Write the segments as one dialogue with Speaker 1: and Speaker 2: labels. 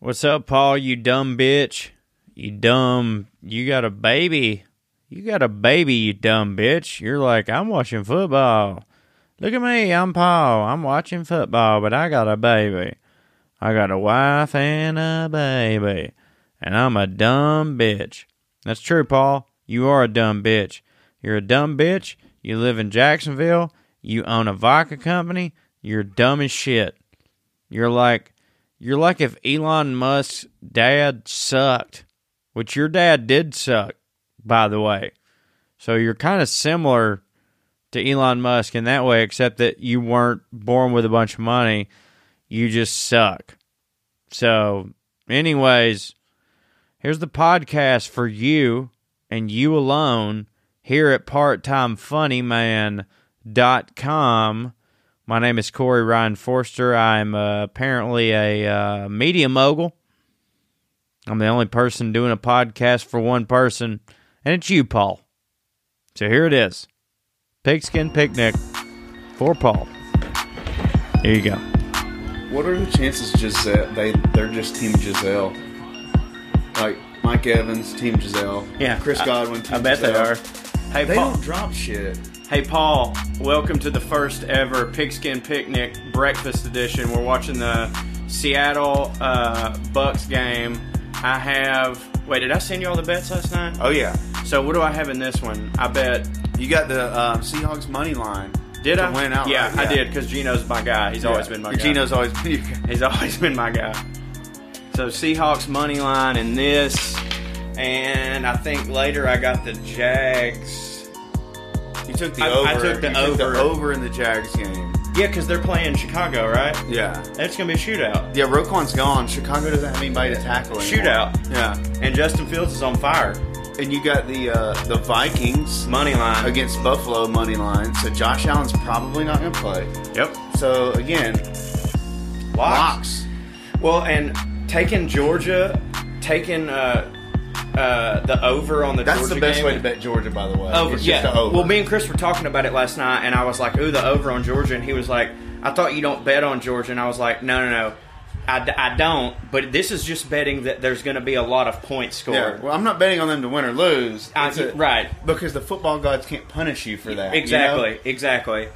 Speaker 1: What's up, Paul? You dumb bitch. You dumb. You got a baby. You got a baby, you dumb bitch. You're like, I'm watching football. Look at me. I'm Paul. I'm watching football, but I got a baby. I got a wife and a baby. And I'm a dumb bitch. That's true, Paul. You are a dumb bitch. You're a dumb bitch. You live in Jacksonville. You own a vodka company. You're dumb as shit. You're like, you're like if Elon Musk's dad sucked, which your dad did suck, by the way. So you're kind of similar to Elon Musk in that way, except that you weren't born with a bunch of money. You just suck. So, anyways, here's the podcast for you and you alone here at parttimefunnyman.com. My name is Corey Ryan Forster. I'm uh, apparently a uh, media mogul. I'm the only person doing a podcast for one person, and it's you, Paul. So here it is Pigskin Picnic for Paul. Here you go.
Speaker 2: What are the chances Giselle they they're just Team Giselle? Like Mike Evans, Team Giselle. Chris Godwin, Team Giselle.
Speaker 1: Hey,
Speaker 2: They don't drop shit.
Speaker 1: Hey, Paul, welcome to the first ever Pigskin Picnic Breakfast Edition. We're watching the Seattle uh, Bucks game. I have. Wait, did I send you all the bets last night?
Speaker 2: Oh yeah.
Speaker 1: So, what do I have in this one? I bet.
Speaker 2: You got the uh, Seahawks money line.
Speaker 1: Did
Speaker 2: to
Speaker 1: I?
Speaker 2: win out?
Speaker 1: yeah, I did, because Gino's my guy. He's always been my guy.
Speaker 2: Gino's always been your guy.
Speaker 1: He's always been my guy. So, Seahawks money line and this. And I think later I got the Jags.
Speaker 2: You took the
Speaker 1: I-
Speaker 2: over.
Speaker 1: I took the
Speaker 2: you
Speaker 1: over.
Speaker 2: over in the Jags game.
Speaker 1: Yeah, because they're playing Chicago, right?
Speaker 2: Yeah.
Speaker 1: It's going to be a shootout.
Speaker 2: Yeah, Roquan's gone. Chicago doesn't have anybody to tackle anymore.
Speaker 1: Shootout.
Speaker 2: Yeah.
Speaker 1: And Justin Fields is on fire.
Speaker 2: And you got the uh, the Vikings
Speaker 1: Money line.
Speaker 2: against Buffalo money line. So Josh Allen's probably not going to play.
Speaker 1: Yep.
Speaker 2: So again,
Speaker 1: Locks.
Speaker 2: locks.
Speaker 1: Well, and taking Georgia, taking uh, uh, the over on the
Speaker 2: That's
Speaker 1: Georgia
Speaker 2: the best
Speaker 1: game.
Speaker 2: way to bet Georgia, by the way.
Speaker 1: Over,
Speaker 2: It's
Speaker 1: yeah.
Speaker 2: just the over.
Speaker 1: Well, me and Chris were talking about it last night, and I was like, "Ooh, the over on Georgia," and he was like, "I thought you don't bet on Georgia," and I was like, "No, no, no." I, d- I don't, but this is just betting that there's going to be a lot of points scored.
Speaker 2: yeah. Well, I'm not betting on them to win or lose.
Speaker 1: I-
Speaker 2: It's a-
Speaker 1: right.
Speaker 2: Because the football gods can't punish you for that. you know?
Speaker 1: exactly, exactly.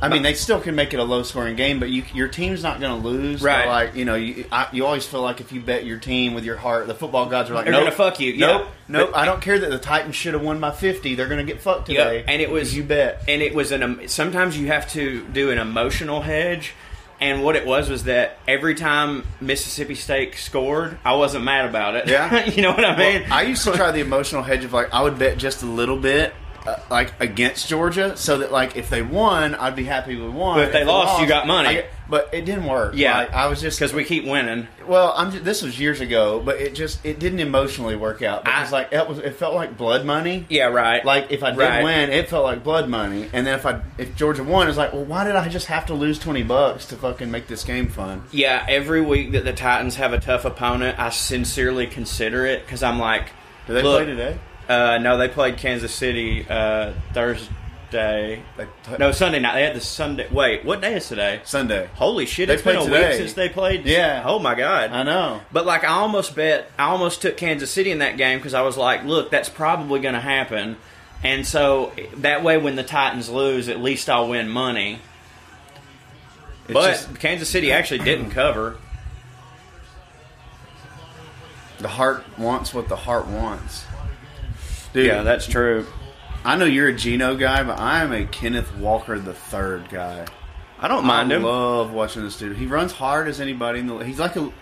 Speaker 2: I mean, they still can make it a low scoring game, but you, your team's not going to lose.
Speaker 1: Right.
Speaker 2: They're Like you know, you, I, you always feel like if you bet your team with your heart, the football gods are like,
Speaker 1: They're
Speaker 2: nope,
Speaker 1: gonna fuck you,
Speaker 2: Nope.
Speaker 1: yeah.
Speaker 2: Nope. I don't care that the Titans should have won by 50. They're going to get fucked
Speaker 1: Yeah,
Speaker 2: today.
Speaker 1: and it was-
Speaker 2: because you bet.
Speaker 1: and it was an um, sometimes you have to do an emotional hedge and what it was was that every time mississippi state scored i wasn't mad about it
Speaker 2: Yeah.
Speaker 1: you know what i mean
Speaker 2: Well, I used to try the emotional hedge of like I would bet just a little bit, uh, like against Georgia, so that like if they won, I'd be happy we won.
Speaker 1: But if they lost, you got money.
Speaker 2: I get- but it didn't work.
Speaker 1: yeah
Speaker 2: Like, I was just
Speaker 1: because we keep winning
Speaker 2: well, I'm just, this was years ago, but it just it didn't emotionally work out because
Speaker 1: I-
Speaker 2: like it was it felt like blood money.
Speaker 1: yeah right
Speaker 2: Like if I did
Speaker 1: Right.
Speaker 2: win, it felt like blood money, and then if I if Georgia won, it's like, well, why did I just have to lose twenty bucks to fucking make this game fun?
Speaker 1: yeah every week that the titans have a tough opponent i sincerely consider it because i'm like
Speaker 2: Do they
Speaker 1: look,
Speaker 2: play today?
Speaker 1: uh no they played kansas city uh thursday
Speaker 2: They
Speaker 1: no sunday night they had the sunday wait what day is today
Speaker 2: Sunday.
Speaker 1: Holy shit!
Speaker 2: They
Speaker 1: it's been a
Speaker 2: played today.
Speaker 1: week since they played.
Speaker 2: Yeah.
Speaker 1: Oh my god.
Speaker 2: I know.
Speaker 1: But like, I almost bet I almost took Kansas City in that game because I was like, look, that's probably going to happen, and so that way, when the Titans lose, at least I'll win money.
Speaker 2: It's
Speaker 1: but
Speaker 2: just-
Speaker 1: Kansas City actually didn't cover.
Speaker 2: The heart wants what the heart wants. Dude,
Speaker 1: that's true.
Speaker 2: I know you're a Geno guy, but I am a Kenneth Walker the third guy.
Speaker 1: I don't mind
Speaker 2: I
Speaker 1: him.
Speaker 2: love watching this dude. He runs hard as anybody in the he's like a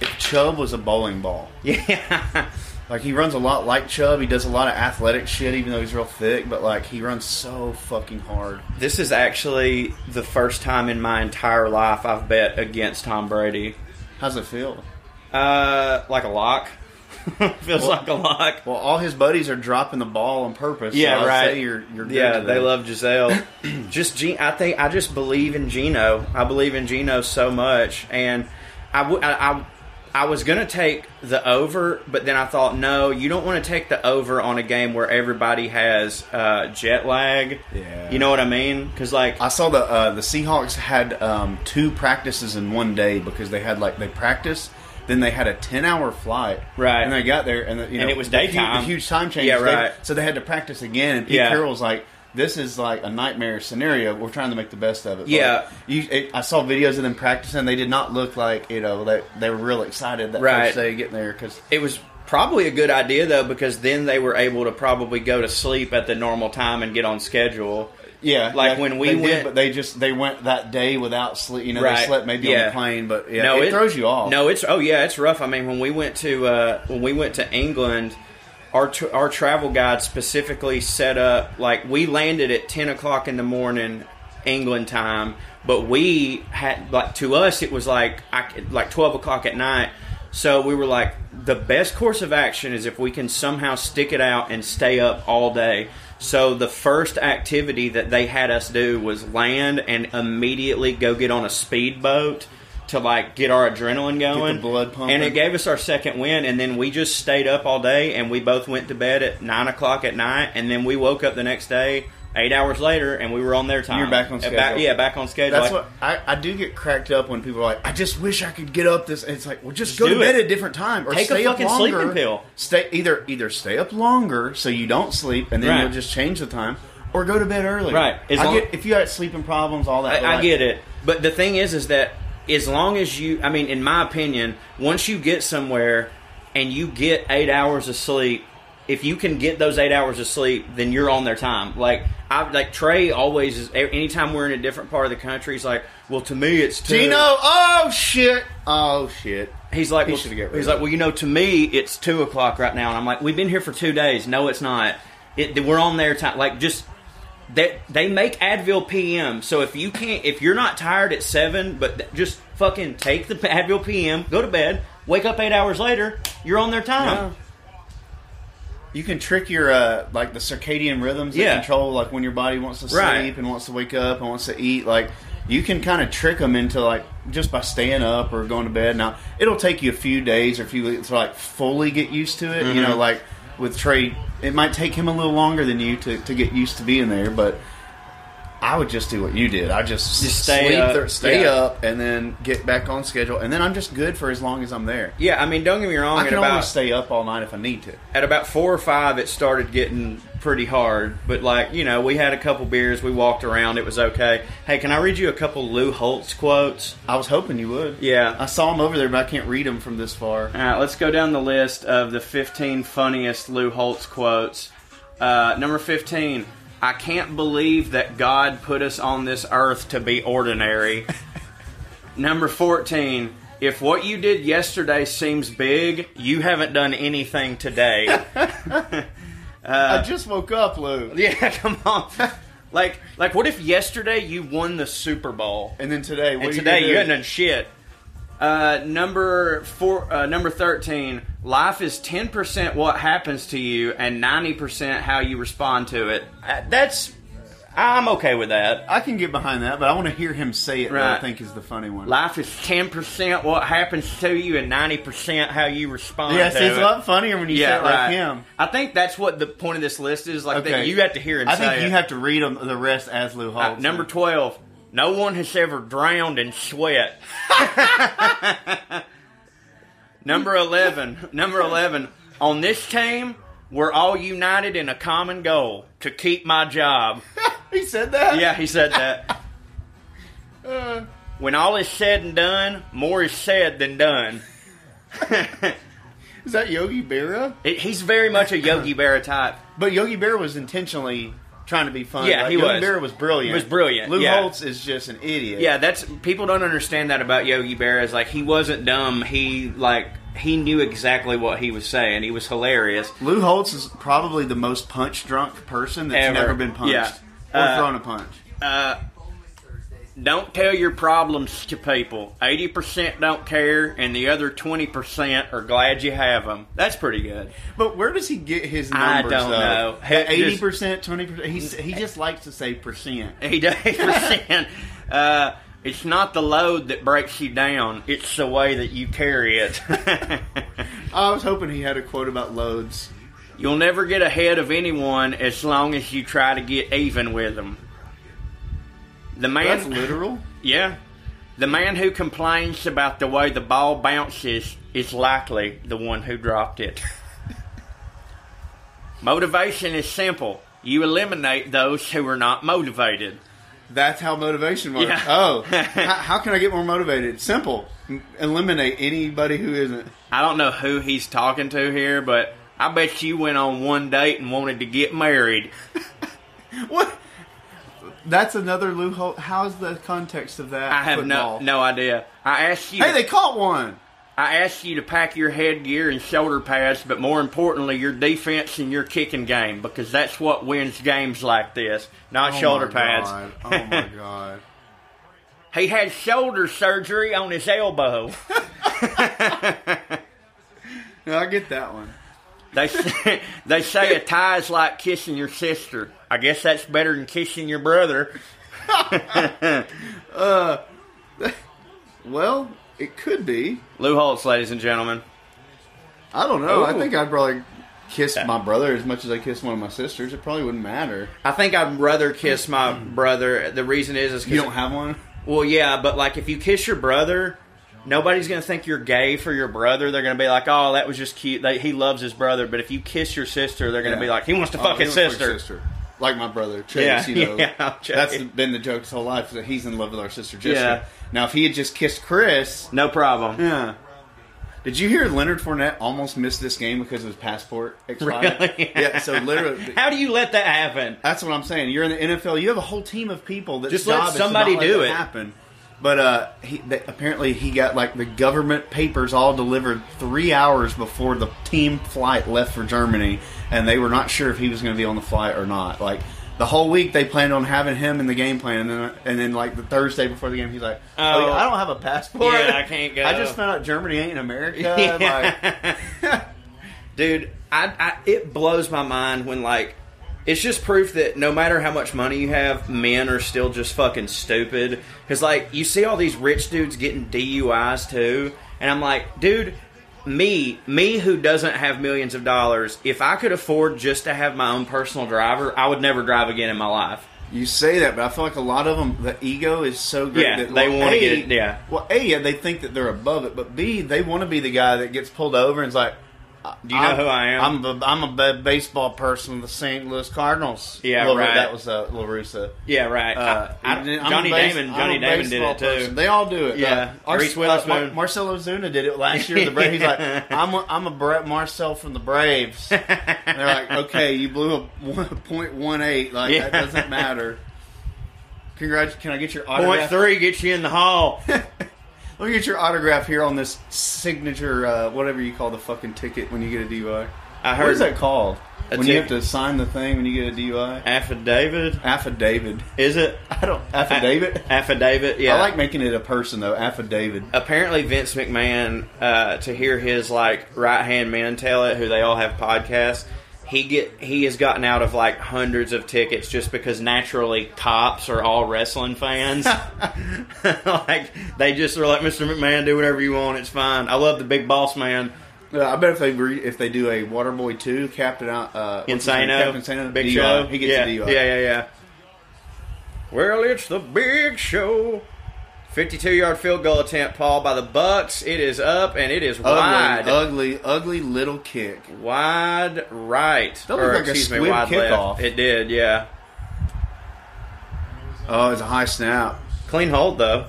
Speaker 2: if Chubb was a bowling ball.
Speaker 1: yeah.
Speaker 2: Like he runs a lot like Chubb, he does a lot of athletic shit even though he's real thick, but like he runs so fucking hard.
Speaker 1: This is actually the first time in my entire life I've bet against Tom Brady.
Speaker 2: How's it feel?
Speaker 1: Uh, like a lock. Feels
Speaker 2: Well-
Speaker 1: like a lock.
Speaker 2: Well, all his buddies are dropping the ball on purpose. so
Speaker 1: Yeah,
Speaker 2: I'd
Speaker 1: right.
Speaker 2: Say you're, you're good
Speaker 1: yeah,
Speaker 2: to
Speaker 1: they
Speaker 2: them.
Speaker 1: love Giselle. just G- I think I just believe in Gino. I believe in Gino so much, and I w- I- I- I was gonna take the over, but then I thought, no, you don't want to take the over on a game where everybody has uh, jet lag.
Speaker 2: Yeah.
Speaker 1: you know what I mean? Because like,
Speaker 2: I saw the uh, the Seahawks had um, two practices in one day because they had like they practiced Then they had a ten-hour flight,
Speaker 3: Right.
Speaker 2: And they got there, and the, you know,
Speaker 3: And it was
Speaker 2: the hu-
Speaker 3: daytime.
Speaker 2: the huge time change.
Speaker 3: Yeah,
Speaker 2: They-
Speaker 3: right.
Speaker 2: so they had to practice again. And Pete
Speaker 3: Yeah.
Speaker 2: Carroll's like, "This is like a nightmare scenario. We're trying to make the best of it." Like,
Speaker 3: Yeah.
Speaker 2: you, it, I saw videos of them practicing. They did not look like you know they they were real excited that
Speaker 1: Right.
Speaker 2: first day getting there because
Speaker 1: It was probably a good idea though because then they were able to probably go to sleep at the normal time and get on schedule.
Speaker 2: yeah,
Speaker 1: Like
Speaker 2: they-
Speaker 1: when we
Speaker 2: they did,
Speaker 1: went-
Speaker 2: but they just they went that day without sleep. You know,
Speaker 1: Right.
Speaker 2: they slept maybe on
Speaker 1: Yeah.
Speaker 2: the plane, but yeah, it, throws you off.
Speaker 1: No, it's oh yeah, it's rough. I mean, when we went to uh, when we went to England, our tr our travel guide specifically set up like we landed at ten o'clock in the morning England time, but we had like to us it was like I, c- like twelve o'clock at night. So we were like, the best course of action is if we can somehow stick it out and stay up all day. So the first activity that they had us do was land and immediately go get on a speedboat to like get our adrenaline going,
Speaker 2: blood pumping.
Speaker 1: and it gave us our second win. And then we just stayed up all day, and we both went to bed at nine o'clock at night, and then we woke up the next day eight hours later, and we were on their time.
Speaker 2: You're back on
Speaker 1: Uh,
Speaker 2: schedule.
Speaker 1: back- yeah, back on schedule.
Speaker 2: That's
Speaker 1: Like,
Speaker 2: what I, I do get cracked up when people are like, I just wish I could get up this. And it's like, well, just, go
Speaker 1: do
Speaker 2: to bed
Speaker 1: it.
Speaker 2: at a different time or
Speaker 1: Take a
Speaker 2: stay
Speaker 1: fucking
Speaker 2: up longer.
Speaker 1: sleeping pill.
Speaker 2: Stay either either stay up longer so you don't sleep, and then
Speaker 1: Right.
Speaker 2: you'll just change the time, or go to bed early.
Speaker 1: Right. As
Speaker 2: I
Speaker 1: long-
Speaker 2: get, if you had sleeping problems, all that. but
Speaker 1: I, I
Speaker 2: like-
Speaker 1: get it. But the thing is, is that as long as you, I mean, in my opinion, once you get somewhere and you get eight hours of sleep, if you can get those eight hours of sleep, then you're on their time. Like I, like Trey always is. Anytime we're in a different part of the country, he's like, "Well, to me, it's two.
Speaker 2: Gino, oh shit, oh shit.
Speaker 1: He's like,
Speaker 2: He
Speaker 1: well,
Speaker 2: should get rid
Speaker 1: he's
Speaker 2: of
Speaker 1: like, well, you know, to me, it's two o'clock right now, and I'm like, we've been here for two days. No, it's not. It, we're on their time. Like, just that they, make Advil PM. So if you can't, if you're not tired at seven, but th- just fucking take the Advil PM, go to bed, wake up eight hours later, you're on their time.
Speaker 2: You can trick your uh, like the circadian rhythms that
Speaker 1: Yeah.
Speaker 2: control like when your body wants to sleep
Speaker 1: Right.
Speaker 2: and wants to wake up and wants to eat. Like you can kind of trick them into like just by staying up or going to bed. Now it'll take you a few days or a few weeks to like fully get used to it. You
Speaker 1: Mm-hmm.
Speaker 2: know, like with Trey, it might take him a little longer than you to, to get used to being there, but. I would just do what you did. I just,
Speaker 1: Just stay
Speaker 2: sleep
Speaker 1: up.
Speaker 2: there- stay
Speaker 1: Yeah.
Speaker 2: up, and then get back on schedule, and then I'm just good for as long as I'm there.
Speaker 1: Yeah, I mean, don't get me wrong.
Speaker 2: I
Speaker 1: at
Speaker 2: can
Speaker 1: about,
Speaker 2: always stay up all night if I need to.
Speaker 1: at about four or five it started getting pretty hard but like you know we had a couple beers we walked around it was okay hey can i read you a couple lou holtz quotes
Speaker 2: I was hoping you would.
Speaker 1: Yeah.
Speaker 2: I saw him over there, but I can't read him from this far.
Speaker 1: all right Uh, let's go down the list of the 15 funniest lou holtz quotes uh, number 15 i can't believe that god put us on this earth to be ordinary number 14 if what you did yesterday seems big you haven't done anything today Uh.
Speaker 2: I just woke up, Lou.
Speaker 1: Yeah, come on. like, like, what if yesterday you won the Super Bowl
Speaker 2: And then today, what
Speaker 1: and
Speaker 2: are
Speaker 1: today you
Speaker 2: you
Speaker 1: ain't
Speaker 2: gonna
Speaker 1: done shit? Uh, number four, uh, number thirteen. Life is ten percent what happens to you and ninety percent how you respond to it. Uh, that's, I'm okay with that.
Speaker 2: do? I can get behind that, but I want to hear him say it. That I
Speaker 1: Right.
Speaker 2: think is the funny one.
Speaker 1: Life is ten percent what happens to you and ninety percent how you respond.
Speaker 2: yes,
Speaker 1: to
Speaker 2: it's
Speaker 1: it.
Speaker 2: a lot funnier when you say
Speaker 1: yeah,
Speaker 2: it
Speaker 1: right.
Speaker 2: like him.
Speaker 1: I think that's what the point of this list is. Like that,
Speaker 2: Okay.
Speaker 1: you have to hear and
Speaker 2: I
Speaker 1: say
Speaker 2: think
Speaker 1: it.
Speaker 2: you have to read him the rest as Lou
Speaker 1: Uh,
Speaker 2: Holtz.
Speaker 1: number 12. No one has ever drowned in sweat. number 11. Number 11. On this team, we're all united in a common goal to keep my job.
Speaker 2: he said that.
Speaker 1: Yeah, he said that.
Speaker 2: Uh,
Speaker 1: When all is said and done, more is said than done.
Speaker 2: is that Yogi Berra?
Speaker 1: It- he's very much a Yogi Berra type.
Speaker 2: But Yogi Berra was intentionally trying to be funny.
Speaker 1: Yeah,
Speaker 2: Like,
Speaker 1: he
Speaker 2: Yogi
Speaker 1: was.
Speaker 2: Berra was brilliant.
Speaker 1: He was brilliant,
Speaker 2: Lou
Speaker 1: yeah.
Speaker 2: Holtz is just an idiot.
Speaker 1: Yeah, that's people don't understand that about Yogi Berra. Is like he wasn't dumb. He like he knew exactly what he was saying. He was hilarious.
Speaker 2: Lou Holtz is probably the most punch drunk person that's
Speaker 1: Ever.
Speaker 2: never been punched
Speaker 1: Yeah.
Speaker 2: or
Speaker 1: Uh,
Speaker 2: thrown a punch.
Speaker 1: Don't tell your problems to people. 80% don't care, and the other 20% are glad you have them. That's pretty good.
Speaker 2: But where does he get his
Speaker 1: I
Speaker 2: numbers?
Speaker 1: don't know. He
Speaker 2: Eighty
Speaker 1: just-
Speaker 2: percent, twenty percent. He he just likes to say percent.
Speaker 1: 80%. uh, it's not the load that breaks you down, it's the way that you carry it.
Speaker 2: I was hoping he had a quote about loads.
Speaker 1: You'll never get ahead of anyone as long as you try to get even with them. The man.
Speaker 2: That's literal.
Speaker 1: Yeah. The man who complains about the way the ball bounces is likely the one who dropped it. Motivation is simple. You eliminate those who are not motivated.
Speaker 2: That's how motivation works.
Speaker 1: Yeah.
Speaker 2: Oh, how, how can I get more motivated? Simple. M- Eliminate anybody who isn't.
Speaker 1: I don't know who he's talking to here, but I bet you went on one date and wanted to get married.
Speaker 2: What? That's another loophole. How's the context of that?
Speaker 1: I have
Speaker 2: football?
Speaker 1: no no idea. I asked you
Speaker 2: Hey, they caught one.
Speaker 1: I asked you to pack your headgear and shoulder pads, but more importantly, your defense and your kicking game, because that's what wins games like this, not
Speaker 2: Oh
Speaker 1: shoulder
Speaker 2: my
Speaker 1: pads.
Speaker 2: God. Oh my god.
Speaker 1: He had shoulder surgery on his elbow.
Speaker 2: No, I get that one.
Speaker 1: they say, they say a tie is like kissing your sister. I guess that's better than kissing your brother.
Speaker 2: Well, it could be.
Speaker 1: Lou Holtz, ladies and gentlemen.
Speaker 2: I don't know. I
Speaker 1: Ooh.
Speaker 2: think I'd probably kiss my brother as much as I kiss one of my sisters. It probably wouldn't matter.
Speaker 1: I think I'd rather kiss my brother. The reason is, is
Speaker 2: You don't have one.
Speaker 1: Well, yeah, but like if you kiss your brother, nobody's gonna think you're gay for your brother. They're gonna be like, "Oh, that was just cute." They, he loves his brother. But if you kiss your sister, they're gonna
Speaker 2: Yeah.
Speaker 1: be like, "He wants to
Speaker 2: Oh,
Speaker 1: fuck
Speaker 2: he
Speaker 1: his
Speaker 2: don't fuck
Speaker 1: sister."
Speaker 2: Like my brother,
Speaker 1: Yeah,
Speaker 2: Chase, you know.
Speaker 1: yeah, I'm joking.
Speaker 2: That's been the joke his whole life, that he's in love with our sister Jessica.
Speaker 1: Yeah.
Speaker 2: Now, if he had just kissed Chris.
Speaker 1: No problem.
Speaker 2: Yeah. Did you hear Leonard Fournette almost missed this game because of his passport expired?
Speaker 1: Really?
Speaker 2: Yeah, so literally.
Speaker 1: How do you let that happen?
Speaker 2: That's what I'm saying. You're in the NFL. You have a whole team of people that
Speaker 1: Just let somebody do it.
Speaker 2: Happen. But uh, he, th apparently he got like the government papers all delivered three hours before the team flight left for Germany, and they were not sure if he was going to be on the flight or not. Like the whole week they planned on having him in the game plan, and then, and then like the Thursday before the game he's like, "Oh,
Speaker 1: Oh.
Speaker 2: yeah, I don't have a passport.
Speaker 1: Yeah, I can't go."
Speaker 2: I just found out Germany ain't America. Like,
Speaker 1: Dude, I, I it blows my mind when like it's just proof that no matter how much money you have, men are still just fucking stupid. Cause like you see all these rich dudes getting DUIs too, and I'm like, dude, me, me who doesn't have millions of dollars, if I could afford just to have my own personal driver, I would never drive again in my life.
Speaker 2: You say that, but I feel like a lot of them, the ego is so great
Speaker 1: Yeah,
Speaker 2: that
Speaker 1: they
Speaker 2: well,
Speaker 1: wanna
Speaker 2: A,
Speaker 1: get- yeah.
Speaker 2: Well, a yeah, they think that they're above it, but b they want to be the guy that gets pulled over and is like,
Speaker 1: Do you know who I am?
Speaker 2: I'm a, I'm a ba- baseball person with the St. Louis Cardinals.
Speaker 1: Yeah,
Speaker 2: Well,
Speaker 1: right.
Speaker 2: That was uh, La Russa.
Speaker 1: yeah, right.
Speaker 2: Uh,
Speaker 1: I, I,
Speaker 2: I'm a
Speaker 1: Johnny
Speaker 2: base-
Speaker 1: Damon,
Speaker 2: I'm
Speaker 1: Johnny
Speaker 2: a
Speaker 1: Damon did
Speaker 2: baseball
Speaker 1: it too.
Speaker 2: person. They all do it.
Speaker 1: Yeah.
Speaker 2: Uh, our-
Speaker 1: Reese
Speaker 2: uh,
Speaker 1: Witherspoon.
Speaker 2: Mar- Marcelo Zuna did it last year. with The Braves. He's like, I'm a, I'm a Bra- Marcel from the Braves. and they're like, okay, you blew a one- .18. Like
Speaker 1: Yeah.
Speaker 2: that doesn't matter. Congrats! Can I get your
Speaker 1: Point
Speaker 2: autograph?
Speaker 1: three gets you in the hall.
Speaker 2: Let me get your autograph here on this signature, uh, whatever you call the fucking ticket when you get a DUI.
Speaker 1: I
Speaker 2: What is
Speaker 1: heard
Speaker 2: that called?
Speaker 1: A
Speaker 2: When you have
Speaker 1: tic-
Speaker 2: to sign the thing when you get a DUI?
Speaker 1: affidavit.
Speaker 2: Affidavit.
Speaker 1: Is it?
Speaker 2: I don't affidavit.
Speaker 1: A- affidavit. Yeah.
Speaker 2: I like making it a person though. Affidavit.
Speaker 1: Apparently, Vince McMahon, uh, to hear his like right hand man tell it, who they all have podcasts. He get he has gotten out of like hundreds of tickets just because naturally cops are all wrestling fans. like they just are like Mr. McMahon, do whatever you want, it's fine. I love the big boss man.
Speaker 2: Uh, I bet if they re- if they do a Waterboy two, Captain uh, what's his name?
Speaker 1: Insano,
Speaker 2: Captain Insano,
Speaker 1: Big
Speaker 2: DUI.
Speaker 1: Show.
Speaker 2: he gets
Speaker 1: yeah.
Speaker 2: a DUI.
Speaker 1: Yeah, yeah, yeah. Well, it's the Big Show. 52-yard field goal attempt, Paul, by the Bucks. It is up and it is wide,
Speaker 2: Ugly, ugly, ugly little kick.
Speaker 1: wide right.
Speaker 2: That looked like a squib kickoff.
Speaker 1: It did, yeah.
Speaker 2: Oh, it's a high snap,
Speaker 1: Clean hold though.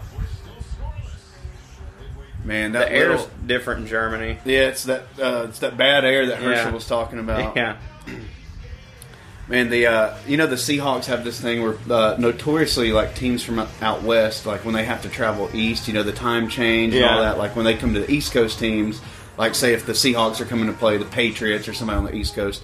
Speaker 2: man.
Speaker 1: The
Speaker 2: That
Speaker 1: air's
Speaker 2: little-
Speaker 1: different in Germany.
Speaker 2: yeah, it's that uh, it's that bad air that Herschel
Speaker 1: Yeah.
Speaker 2: was talking about.
Speaker 1: Yeah,
Speaker 2: Man, the uh, you know the Seahawks have this thing where uh, notoriously like teams from out- out west, like when they have to travel east, you know the time change and all
Speaker 1: Yeah.
Speaker 2: that. Like when they come to the East Coast teams, like say if the Seahawks are coming to play the Patriots or somebody on the East Coast,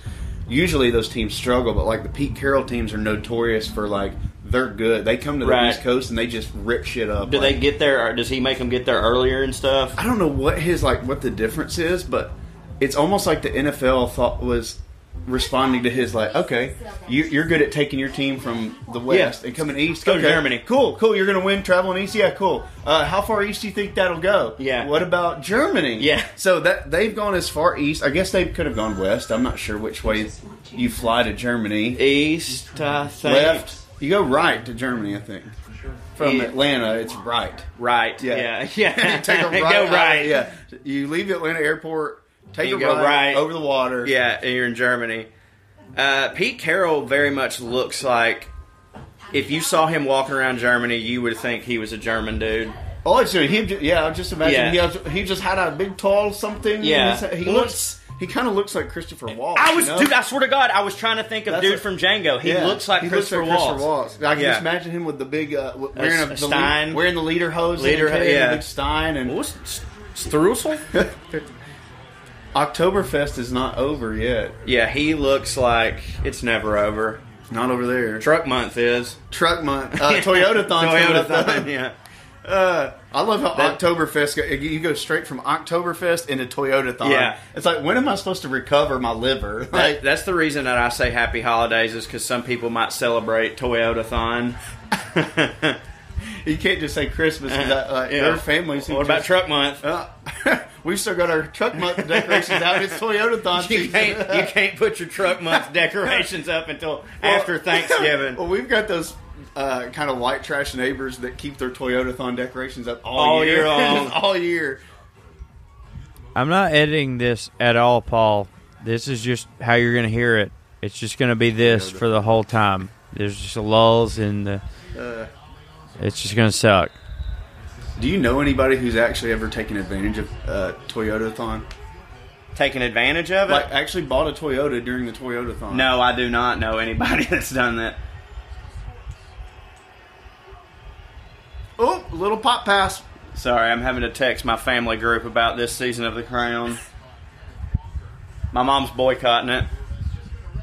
Speaker 2: usually those teams struggle. But like the Pete Carroll teams are notorious for like they're good. They come to the
Speaker 1: Right.
Speaker 2: East Coast and they just rip shit up.
Speaker 1: do
Speaker 2: like,
Speaker 1: they get there? or Does he make them get there earlier and stuff?
Speaker 2: I don't know what his like what the difference is, but it's almost like the NFL thought was responding to his like, okay, you, you're good at taking your team from the west
Speaker 1: Yeah.
Speaker 2: and coming east.
Speaker 1: Go to
Speaker 2: okay,
Speaker 1: Germany.
Speaker 2: cool, cool. You're gonna win traveling east. Yeah, cool. Uh, how far east do you think that'll go?
Speaker 1: Yeah.
Speaker 2: What about Germany?
Speaker 1: Yeah.
Speaker 2: So that they've gone as far east. I guess they could have gone west. I'm not sure which way you fly to Germany.
Speaker 1: East, I think.
Speaker 2: Left. You go right to Germany, I think. from
Speaker 1: Yeah.
Speaker 2: Atlanta, it's right.
Speaker 1: Right.
Speaker 2: Yeah.
Speaker 1: Yeah. Yeah.
Speaker 2: Take a right.
Speaker 1: Go right.
Speaker 2: Yeah. You leave Atlanta airport, take
Speaker 1: You
Speaker 2: a
Speaker 1: go
Speaker 2: right,
Speaker 1: right.
Speaker 2: over the water.
Speaker 1: Yeah, and you're in Germany. Uh, Pete Carroll very much looks like if you saw him walking around Germany, you would think he was a German dude.
Speaker 2: Oh, it's he. ju- Yeah, I'm just imagining
Speaker 1: Yeah.
Speaker 2: he, has, he just had a big tall something. in
Speaker 1: Yeah.
Speaker 2: his- he
Speaker 1: Well,
Speaker 2: looks. He kind of looks like Christopher Walken.
Speaker 1: I was,
Speaker 2: you know?
Speaker 1: dude. I swear to God, I was trying to think of
Speaker 2: That's
Speaker 1: dude
Speaker 2: a-
Speaker 1: from Django. He
Speaker 2: Yeah,
Speaker 1: looks like
Speaker 2: he
Speaker 1: Christopher
Speaker 2: looks
Speaker 1: Waltz.
Speaker 2: like Christopher Walken. I can
Speaker 1: Yeah.
Speaker 2: just imagine him with the big uh, w- wearing
Speaker 1: s-
Speaker 2: a,
Speaker 1: a
Speaker 2: the
Speaker 1: stein.
Speaker 2: lead, wearing the leader hose,
Speaker 1: Leader
Speaker 2: and
Speaker 1: ho-
Speaker 2: carrying
Speaker 1: yeah.
Speaker 2: the big stein,
Speaker 1: What
Speaker 2: and
Speaker 1: was S- Strusel?
Speaker 2: Oktoberfest is not over yet.
Speaker 1: yeah, he looks like it's never over.
Speaker 2: Not over there.
Speaker 1: Truck month is
Speaker 2: Truck month, uh, Toyota thon.
Speaker 1: Toyota thon. Yeah.
Speaker 2: Uh, I love how
Speaker 1: That-
Speaker 2: Oktoberfest. go- You go straight from Oktoberfest into Toyota thon.
Speaker 1: Yeah.
Speaker 2: it's like when am I supposed to recover my liver? Like,
Speaker 1: That, that's the reason that I say happy holidays is because some people might celebrate Toyota thon.
Speaker 2: You can't just say Christmas. 'cause, uh, like,
Speaker 1: Yeah.
Speaker 2: There are families who
Speaker 1: What about
Speaker 2: just-
Speaker 1: truck month?
Speaker 2: Uh, we've still got our truck month decorations out. It's Toyota Thon
Speaker 1: You can't
Speaker 2: season.
Speaker 1: you can't put your truck month decorations up until
Speaker 2: Well-
Speaker 1: after Thanksgiving.
Speaker 2: well, we've got those uh, kind of white trash neighbors that keep their Toyota Thon decorations up all,
Speaker 1: All year long.
Speaker 2: Just all year.
Speaker 3: I'm not editing this at all, Paul. This is just how you're going to hear it. It's just going to be this for the whole time. There's just lulls in the.
Speaker 1: Uh.
Speaker 3: It's just going to suck.
Speaker 2: Do you know anybody who's actually ever taken advantage of uh, Toyota Thon?
Speaker 1: Taking advantage of it?
Speaker 2: Like, actually bought a Toyota during the Toyota Thon?
Speaker 1: no, I do not know anybody that's done that.
Speaker 2: Oh, little pop pass.
Speaker 1: Sorry, I'm having to text my family group about this season of The Crown. My mom's boycotting it.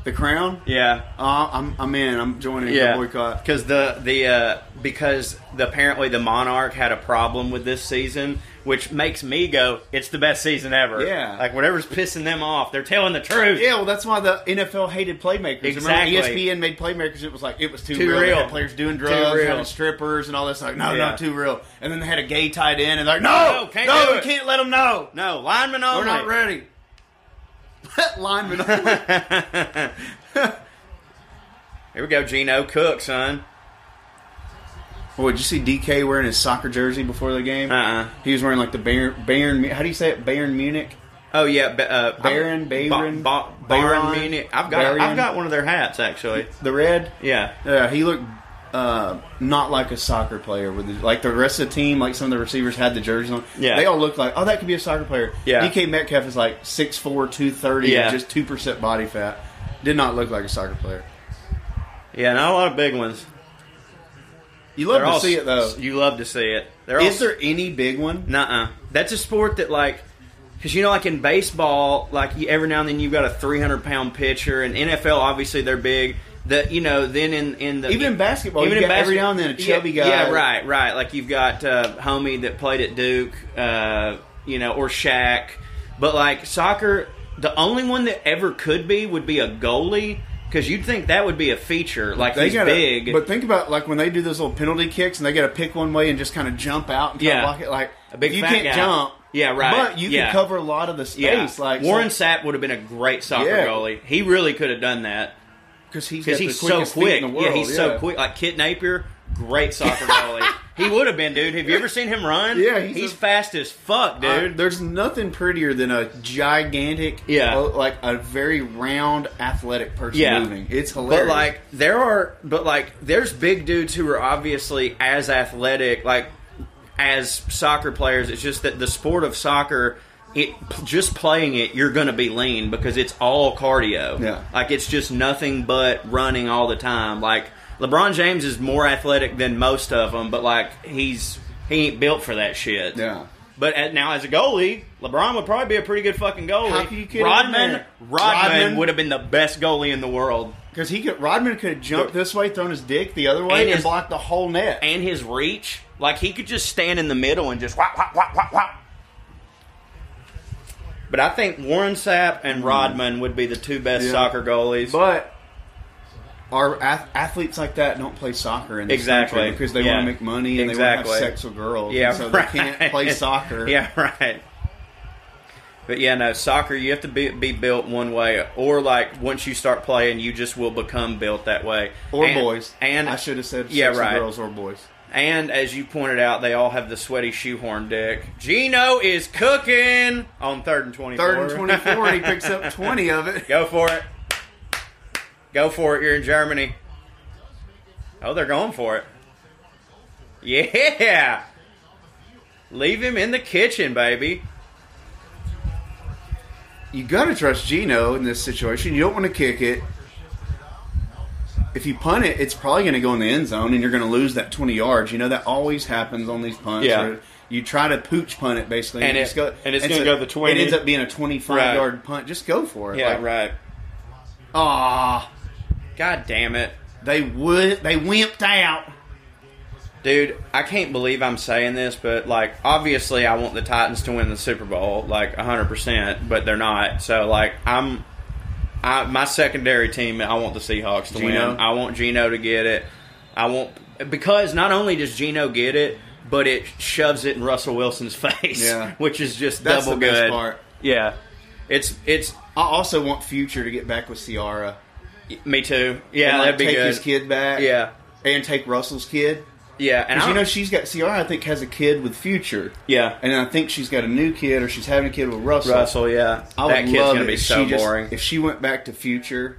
Speaker 2: The crown.
Speaker 1: Yeah,
Speaker 2: Uh, I'm, I'm in. I'm joining
Speaker 1: yeah.
Speaker 2: the boycott.
Speaker 1: Because the the uh, because the, apparently the monarch had a problem with this season, which makes me go, it's the best season ever.
Speaker 2: Yeah.
Speaker 1: like whatever's pissing them off, they're telling the truth.
Speaker 2: Yeah, well, that's why the NFL hated playmakers.
Speaker 1: Exactly.
Speaker 2: Remember, E ESPN made playmakers. It was like it was too,
Speaker 1: Too
Speaker 2: real. They
Speaker 1: real.
Speaker 2: had players doing drugs,
Speaker 1: real.
Speaker 2: having strippers, and all this. Like, no,
Speaker 1: Yeah.
Speaker 2: not too real. And then they had a gay tight end, and they're like, no,
Speaker 1: No, can't
Speaker 2: no,
Speaker 1: do
Speaker 2: we
Speaker 1: it.
Speaker 2: can't let them know.
Speaker 1: No, linemen only.
Speaker 2: We're not ready. Lineman. only.
Speaker 1: Here we go, Gino Cook, son.
Speaker 2: Boy, did you see DK wearing his soccer jersey before the game?
Speaker 1: Uh-uh.
Speaker 2: He was wearing like the Bayern. Bayern Mu- how do you say it? Bayern Munich.
Speaker 1: Oh yeah, ba- uh,
Speaker 2: Baron, Bayron,
Speaker 1: Baron, ba- ba-
Speaker 2: Baron,
Speaker 1: Baron Munich. I've got,
Speaker 2: Baron.
Speaker 1: I've got one of their hats actually.
Speaker 2: The red.
Speaker 1: Yeah,
Speaker 2: Yeah, he looked uh, not like a soccer player. With the, like the rest of the team, like some of the receivers had the jerseys on.
Speaker 1: Yeah.
Speaker 2: they all looked like oh that could be a soccer player.
Speaker 1: Yeah.
Speaker 2: DK Metcalf is like 6'4", 230,
Speaker 1: Yeah.
Speaker 2: just two percent body fat. Did not look like a soccer player.
Speaker 1: yeah, not a lot of big ones.
Speaker 2: You love
Speaker 1: They're
Speaker 2: to
Speaker 1: all-
Speaker 2: see it though.
Speaker 1: You love to see it. They're
Speaker 2: Is
Speaker 1: all,
Speaker 2: there any big one?
Speaker 1: Nuh-uh. That's a sport that like, because you know, like in baseball, like you, every now and then you've got a three hundred pound pitcher, and NFL obviously they're big. That you know, then in in the
Speaker 2: Even in basketball, you got every now and then a chubby
Speaker 1: yeah,
Speaker 2: guy.
Speaker 1: Yeah, right, right. Like you've got uh, homie that played at Duke, uh, you know, or Shaq. But like soccer, the only one that ever could be would be a goalie. Because you'd think that would be a feature, like
Speaker 2: They
Speaker 1: he's
Speaker 2: gotta-
Speaker 1: big.
Speaker 2: but think about like when they do those little penalty kicks and they got to pick one way and just kind of jump out and try
Speaker 1: Yeah.
Speaker 2: to block it. Like
Speaker 1: A big
Speaker 2: you
Speaker 1: fat
Speaker 2: can't
Speaker 1: guy.
Speaker 2: jump,
Speaker 1: Yeah, right.
Speaker 2: But you
Speaker 1: Yeah.
Speaker 2: can cover a lot of the space.
Speaker 1: yeah,
Speaker 2: Like
Speaker 1: Warren Sapp would have been a great soccer
Speaker 2: Yeah.
Speaker 1: goalie. He really could have done that.
Speaker 2: because he's,
Speaker 1: because
Speaker 2: got the
Speaker 1: he's so
Speaker 2: quickest feet
Speaker 1: quick.
Speaker 2: in the
Speaker 1: yeah,
Speaker 2: world,
Speaker 1: he's so quick. Like Kit Napier, great soccer goalie. he would have been, dude. Have you ever seen him run?
Speaker 2: Yeah, he's
Speaker 1: he's,
Speaker 2: a-
Speaker 1: fast as fuck,
Speaker 2: Uh,
Speaker 1: dude.
Speaker 2: there's nothing prettier than a gigantic,
Speaker 1: Yeah.
Speaker 2: oh, like a very round, athletic person
Speaker 1: Yeah.
Speaker 2: moving. It's hilarious.
Speaker 1: but like there are, but like there's big dudes who are obviously as athletic, like as soccer players. It's just that the sport of soccer. It just playing it, you're gonna be lean because it's all cardio.
Speaker 2: Yeah.
Speaker 1: like it's just nothing but running all the time. Like LeBron James is more athletic than most of them, but like he's he ain't built for that shit.
Speaker 2: yeah,
Speaker 1: But at, now, as a goalie, LeBron would probably be a pretty good fucking goalie.
Speaker 2: How can you kid him
Speaker 1: Rodman,
Speaker 2: there?
Speaker 1: Rodman,
Speaker 2: Rodman.
Speaker 1: would have been the best goalie in the world,
Speaker 2: because he could Rodman could have jumped this way, thrown his dick the other way,
Speaker 1: And
Speaker 2: and,
Speaker 1: his-
Speaker 2: blocked the whole net.
Speaker 1: and his reach, like he could just stand in the middle and just whop, whop, whop, whop, whop. But I think Warren Sapp and Rodman would be the two best
Speaker 2: Hmm. Yeah.
Speaker 1: soccer goalies.
Speaker 2: but our ath- athletes like that don't play soccer in this
Speaker 1: Exactly.
Speaker 2: country because they
Speaker 1: Yeah.
Speaker 2: want to make money and they
Speaker 1: Exactly.
Speaker 2: want to have sex with girls.
Speaker 1: yeah,
Speaker 2: and so
Speaker 1: right.
Speaker 2: they can't play soccer.
Speaker 1: yeah, right. But yeah, no soccer. You have to be, be built one way, or like once you start playing, you just will become built that way.
Speaker 2: or
Speaker 1: And-
Speaker 2: boys.
Speaker 1: And
Speaker 2: I should have said
Speaker 1: Yeah,
Speaker 2: sex with
Speaker 1: right.
Speaker 2: girls or boys.
Speaker 1: And as you pointed out, they all have the sweaty shoehorn deck. Gino is cooking on third and twenty.
Speaker 2: Third and 24, and he picks up 20 of it.
Speaker 1: Go for it. Go for it. You're in Germany. Oh, they're going for it. Yeah. Leave him in the kitchen, baby.
Speaker 2: You got to trust Gino in this situation. You don't want to kick it. If you punt it, it's probably going to go in the end zone, and you're going to lose that 20 yards. You know, that always happens on these punts.
Speaker 1: Yeah.
Speaker 2: where You try to pooch punt it, basically.
Speaker 1: And
Speaker 2: you
Speaker 1: it-
Speaker 2: just go,
Speaker 1: and it's gonna go the 20.
Speaker 2: It ends up being a 25
Speaker 1: Right.
Speaker 2: yard punt. Just go for it.
Speaker 1: Yeah,
Speaker 2: Like,
Speaker 1: right.
Speaker 2: Aw,
Speaker 1: God damn it.
Speaker 2: they would. They wimped out.
Speaker 1: Dude, I can't believe I'm saying this, but like, obviously, I want the Titans to win the Super Bowl, like 100%, but they're not. So, like, I'm. I, my secondary team, I want the Seahawks to
Speaker 2: Geno?
Speaker 1: win. I want Gino to get it. I want. Because not only does Gino get it, but it shoves it in Russell Wilson's face,
Speaker 2: Yeah.
Speaker 1: which is just
Speaker 2: That's
Speaker 1: double
Speaker 2: the best
Speaker 1: good.
Speaker 2: part.
Speaker 1: Yeah. It's. it's
Speaker 2: I also want Future to get back with Ciara.
Speaker 1: Me too. Yeah,
Speaker 2: and, like,
Speaker 1: that'd be
Speaker 2: take
Speaker 1: good.
Speaker 2: his kid back.
Speaker 1: Yeah.
Speaker 2: and take Russell's kid.
Speaker 1: Yeah. And
Speaker 2: 'Cause
Speaker 1: I,
Speaker 2: you know she's got Ciara. I think has a kid with Future.
Speaker 1: yeah.
Speaker 2: and I think she's got a new kid or she's having a kid with Russell.
Speaker 1: Russell, yeah.
Speaker 2: I would
Speaker 1: that kid's
Speaker 2: love
Speaker 1: gonna
Speaker 2: it
Speaker 1: be
Speaker 2: if
Speaker 1: so
Speaker 2: she just-
Speaker 1: boring.
Speaker 2: if she went back to Future,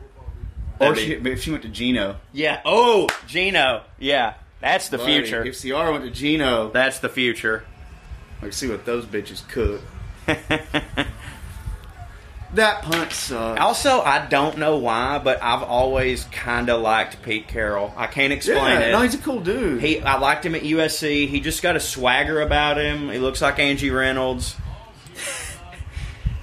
Speaker 2: or
Speaker 1: That'd be-
Speaker 2: she, but if she went to Gino.
Speaker 1: yeah. Oh, Gino. Yeah. That's the
Speaker 2: Buddy,
Speaker 1: future.
Speaker 2: If Ciara went to Gino,
Speaker 1: That's the future.
Speaker 2: let's see what those bitches cook. that punt sucked.
Speaker 1: Also, I don't know why, but I've always kind of liked Pete Carroll. I can't explain
Speaker 2: Yeah,
Speaker 1: it.
Speaker 2: no, he's a cool dude.
Speaker 1: he, I liked him at USC. He just got a swagger about him. He looks like Angie Reynolds.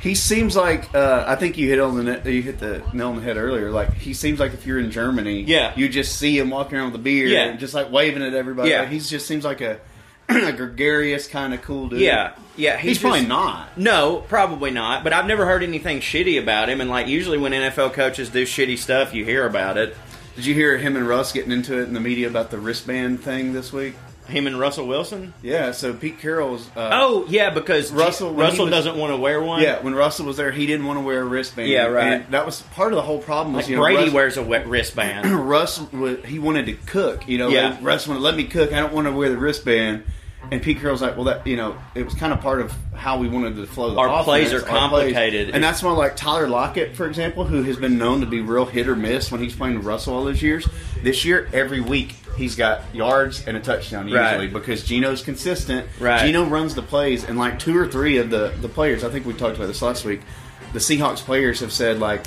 Speaker 2: he seems like uh, I think you hit on the net, you hit the nail on the head earlier. Like he seems like if you're in Germany,
Speaker 1: Yeah.
Speaker 2: you just see him walking around with a beard,
Speaker 1: Yeah.
Speaker 2: and just like waving at everybody.
Speaker 1: Yeah.
Speaker 2: Like, he just seems like a, a gregarious kind of cool dude.
Speaker 1: Yeah, yeah.
Speaker 2: he's,
Speaker 1: just-
Speaker 2: probably not.
Speaker 1: No, probably not. But I've never heard anything shitty about him. And like usually when NFL coaches do shitty stuff, you hear about it.
Speaker 2: Did you hear him and Russ getting into it in the media about the wristband thing this week?
Speaker 1: Him and Russell Wilson.
Speaker 2: Yeah, so Pete Carroll's. Uh,
Speaker 1: Oh yeah, because Russell
Speaker 2: Russell- when he
Speaker 1: Russell
Speaker 2: was-
Speaker 1: doesn't want to wear one.
Speaker 2: Yeah, when Russell was there, he didn't want to wear a wristband.
Speaker 1: Oh. Yeah, right.
Speaker 2: And that was part of the whole problem. Was
Speaker 1: like
Speaker 2: you know,
Speaker 1: Brady
Speaker 2: Russ-
Speaker 1: wears a wet wristband.
Speaker 2: Russ wa- he wanted to cook, you know.
Speaker 1: Yeah.
Speaker 2: Russ wanted let me cook. I don't want to wear the wristband. And Pete Carroll's like, well, that you know, it was kind of part of how we wanted to flow. The
Speaker 1: Our plays
Speaker 2: offense,
Speaker 1: are
Speaker 2: our
Speaker 1: complicated.
Speaker 2: and that's why, like Tyler Lockett, for example, who has been known to be real hit or miss when he's playing with Russell all those years. This year, every week he's got yards and a touchdown usually
Speaker 1: Right.
Speaker 2: because Geno's consistent.
Speaker 1: Right.
Speaker 2: Geno runs the plays, and like two or three of the the players, I think we talked about this last week. The Seahawks players have said like.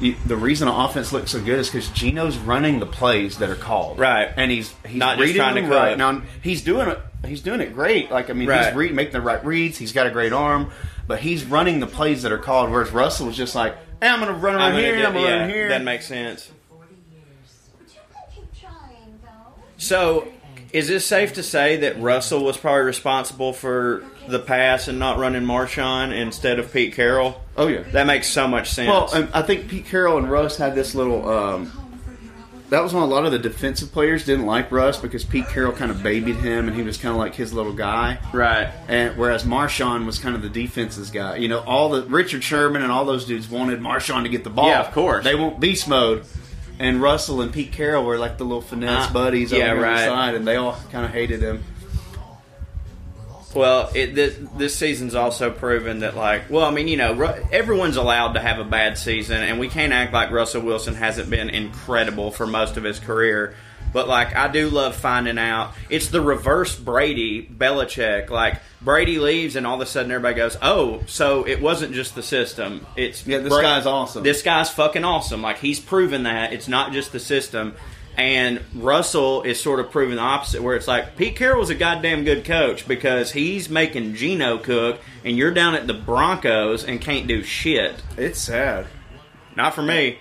Speaker 2: You, the reason the offense looks so good is because Geno's running the plays that are called,
Speaker 1: Right.
Speaker 2: And he's he's
Speaker 1: Not just
Speaker 2: reading
Speaker 1: trying to
Speaker 2: them
Speaker 1: cook.
Speaker 2: right now. He's doing it. He's doing it great. Like I mean, he's
Speaker 1: Right.
Speaker 2: re- making the right reads. He's got a great arm, but he's running the plays that are called. Whereas Russell was just like, hey, "I'm going to run around
Speaker 1: gonna
Speaker 2: here.
Speaker 1: do-
Speaker 2: I'm going to
Speaker 1: yeah,
Speaker 2: run here."
Speaker 1: That makes sense.
Speaker 4: Would you not keep trying, though?
Speaker 1: So, is it safe to say that Russell was probably responsible for the pass and not running Marshawn instead of Pete Carroll?
Speaker 2: oh yeah.
Speaker 1: That makes so much sense.
Speaker 2: well, um, I think Pete Carroll and Russ had this little. Um, that was when a lot of the defensive players didn't like Russ because Pete Carroll kind of babied him, and he was kind of like his little guy.
Speaker 1: right.
Speaker 2: And whereas Marshawn was kind of the defense's guy, you know, all the Richard Sherman and all those dudes wanted Marshawn to get the ball.
Speaker 1: Yeah, of course.
Speaker 2: They want beast mode. And Russell and Pete Carroll were like the little finesse
Speaker 1: Uh,
Speaker 2: buddies
Speaker 1: yeah,
Speaker 2: over here on the
Speaker 1: right.
Speaker 2: side, and they all kind of hated him.
Speaker 1: Well, it, this, this season's also proven that, like, well, I mean, you know, Ru- everyone's allowed to have a bad season, and we can't act like Russell Wilson hasn't been incredible for most of his career. But, like, I do love finding out it's the reverse Brady Belichick. Like, Brady leaves, and all of a sudden everybody goes, oh, so it wasn't just the system. It's
Speaker 2: Yeah, this guy's awesome.
Speaker 1: This guy's fucking awesome. Like, he's proven that. It's not just the system. And Russell is sort of proving the opposite, where it's like Pete Carroll's a goddamn good coach because he's making Geno cook, and you're down at the Broncos and can't do shit.
Speaker 2: It's sad.
Speaker 1: Not for me.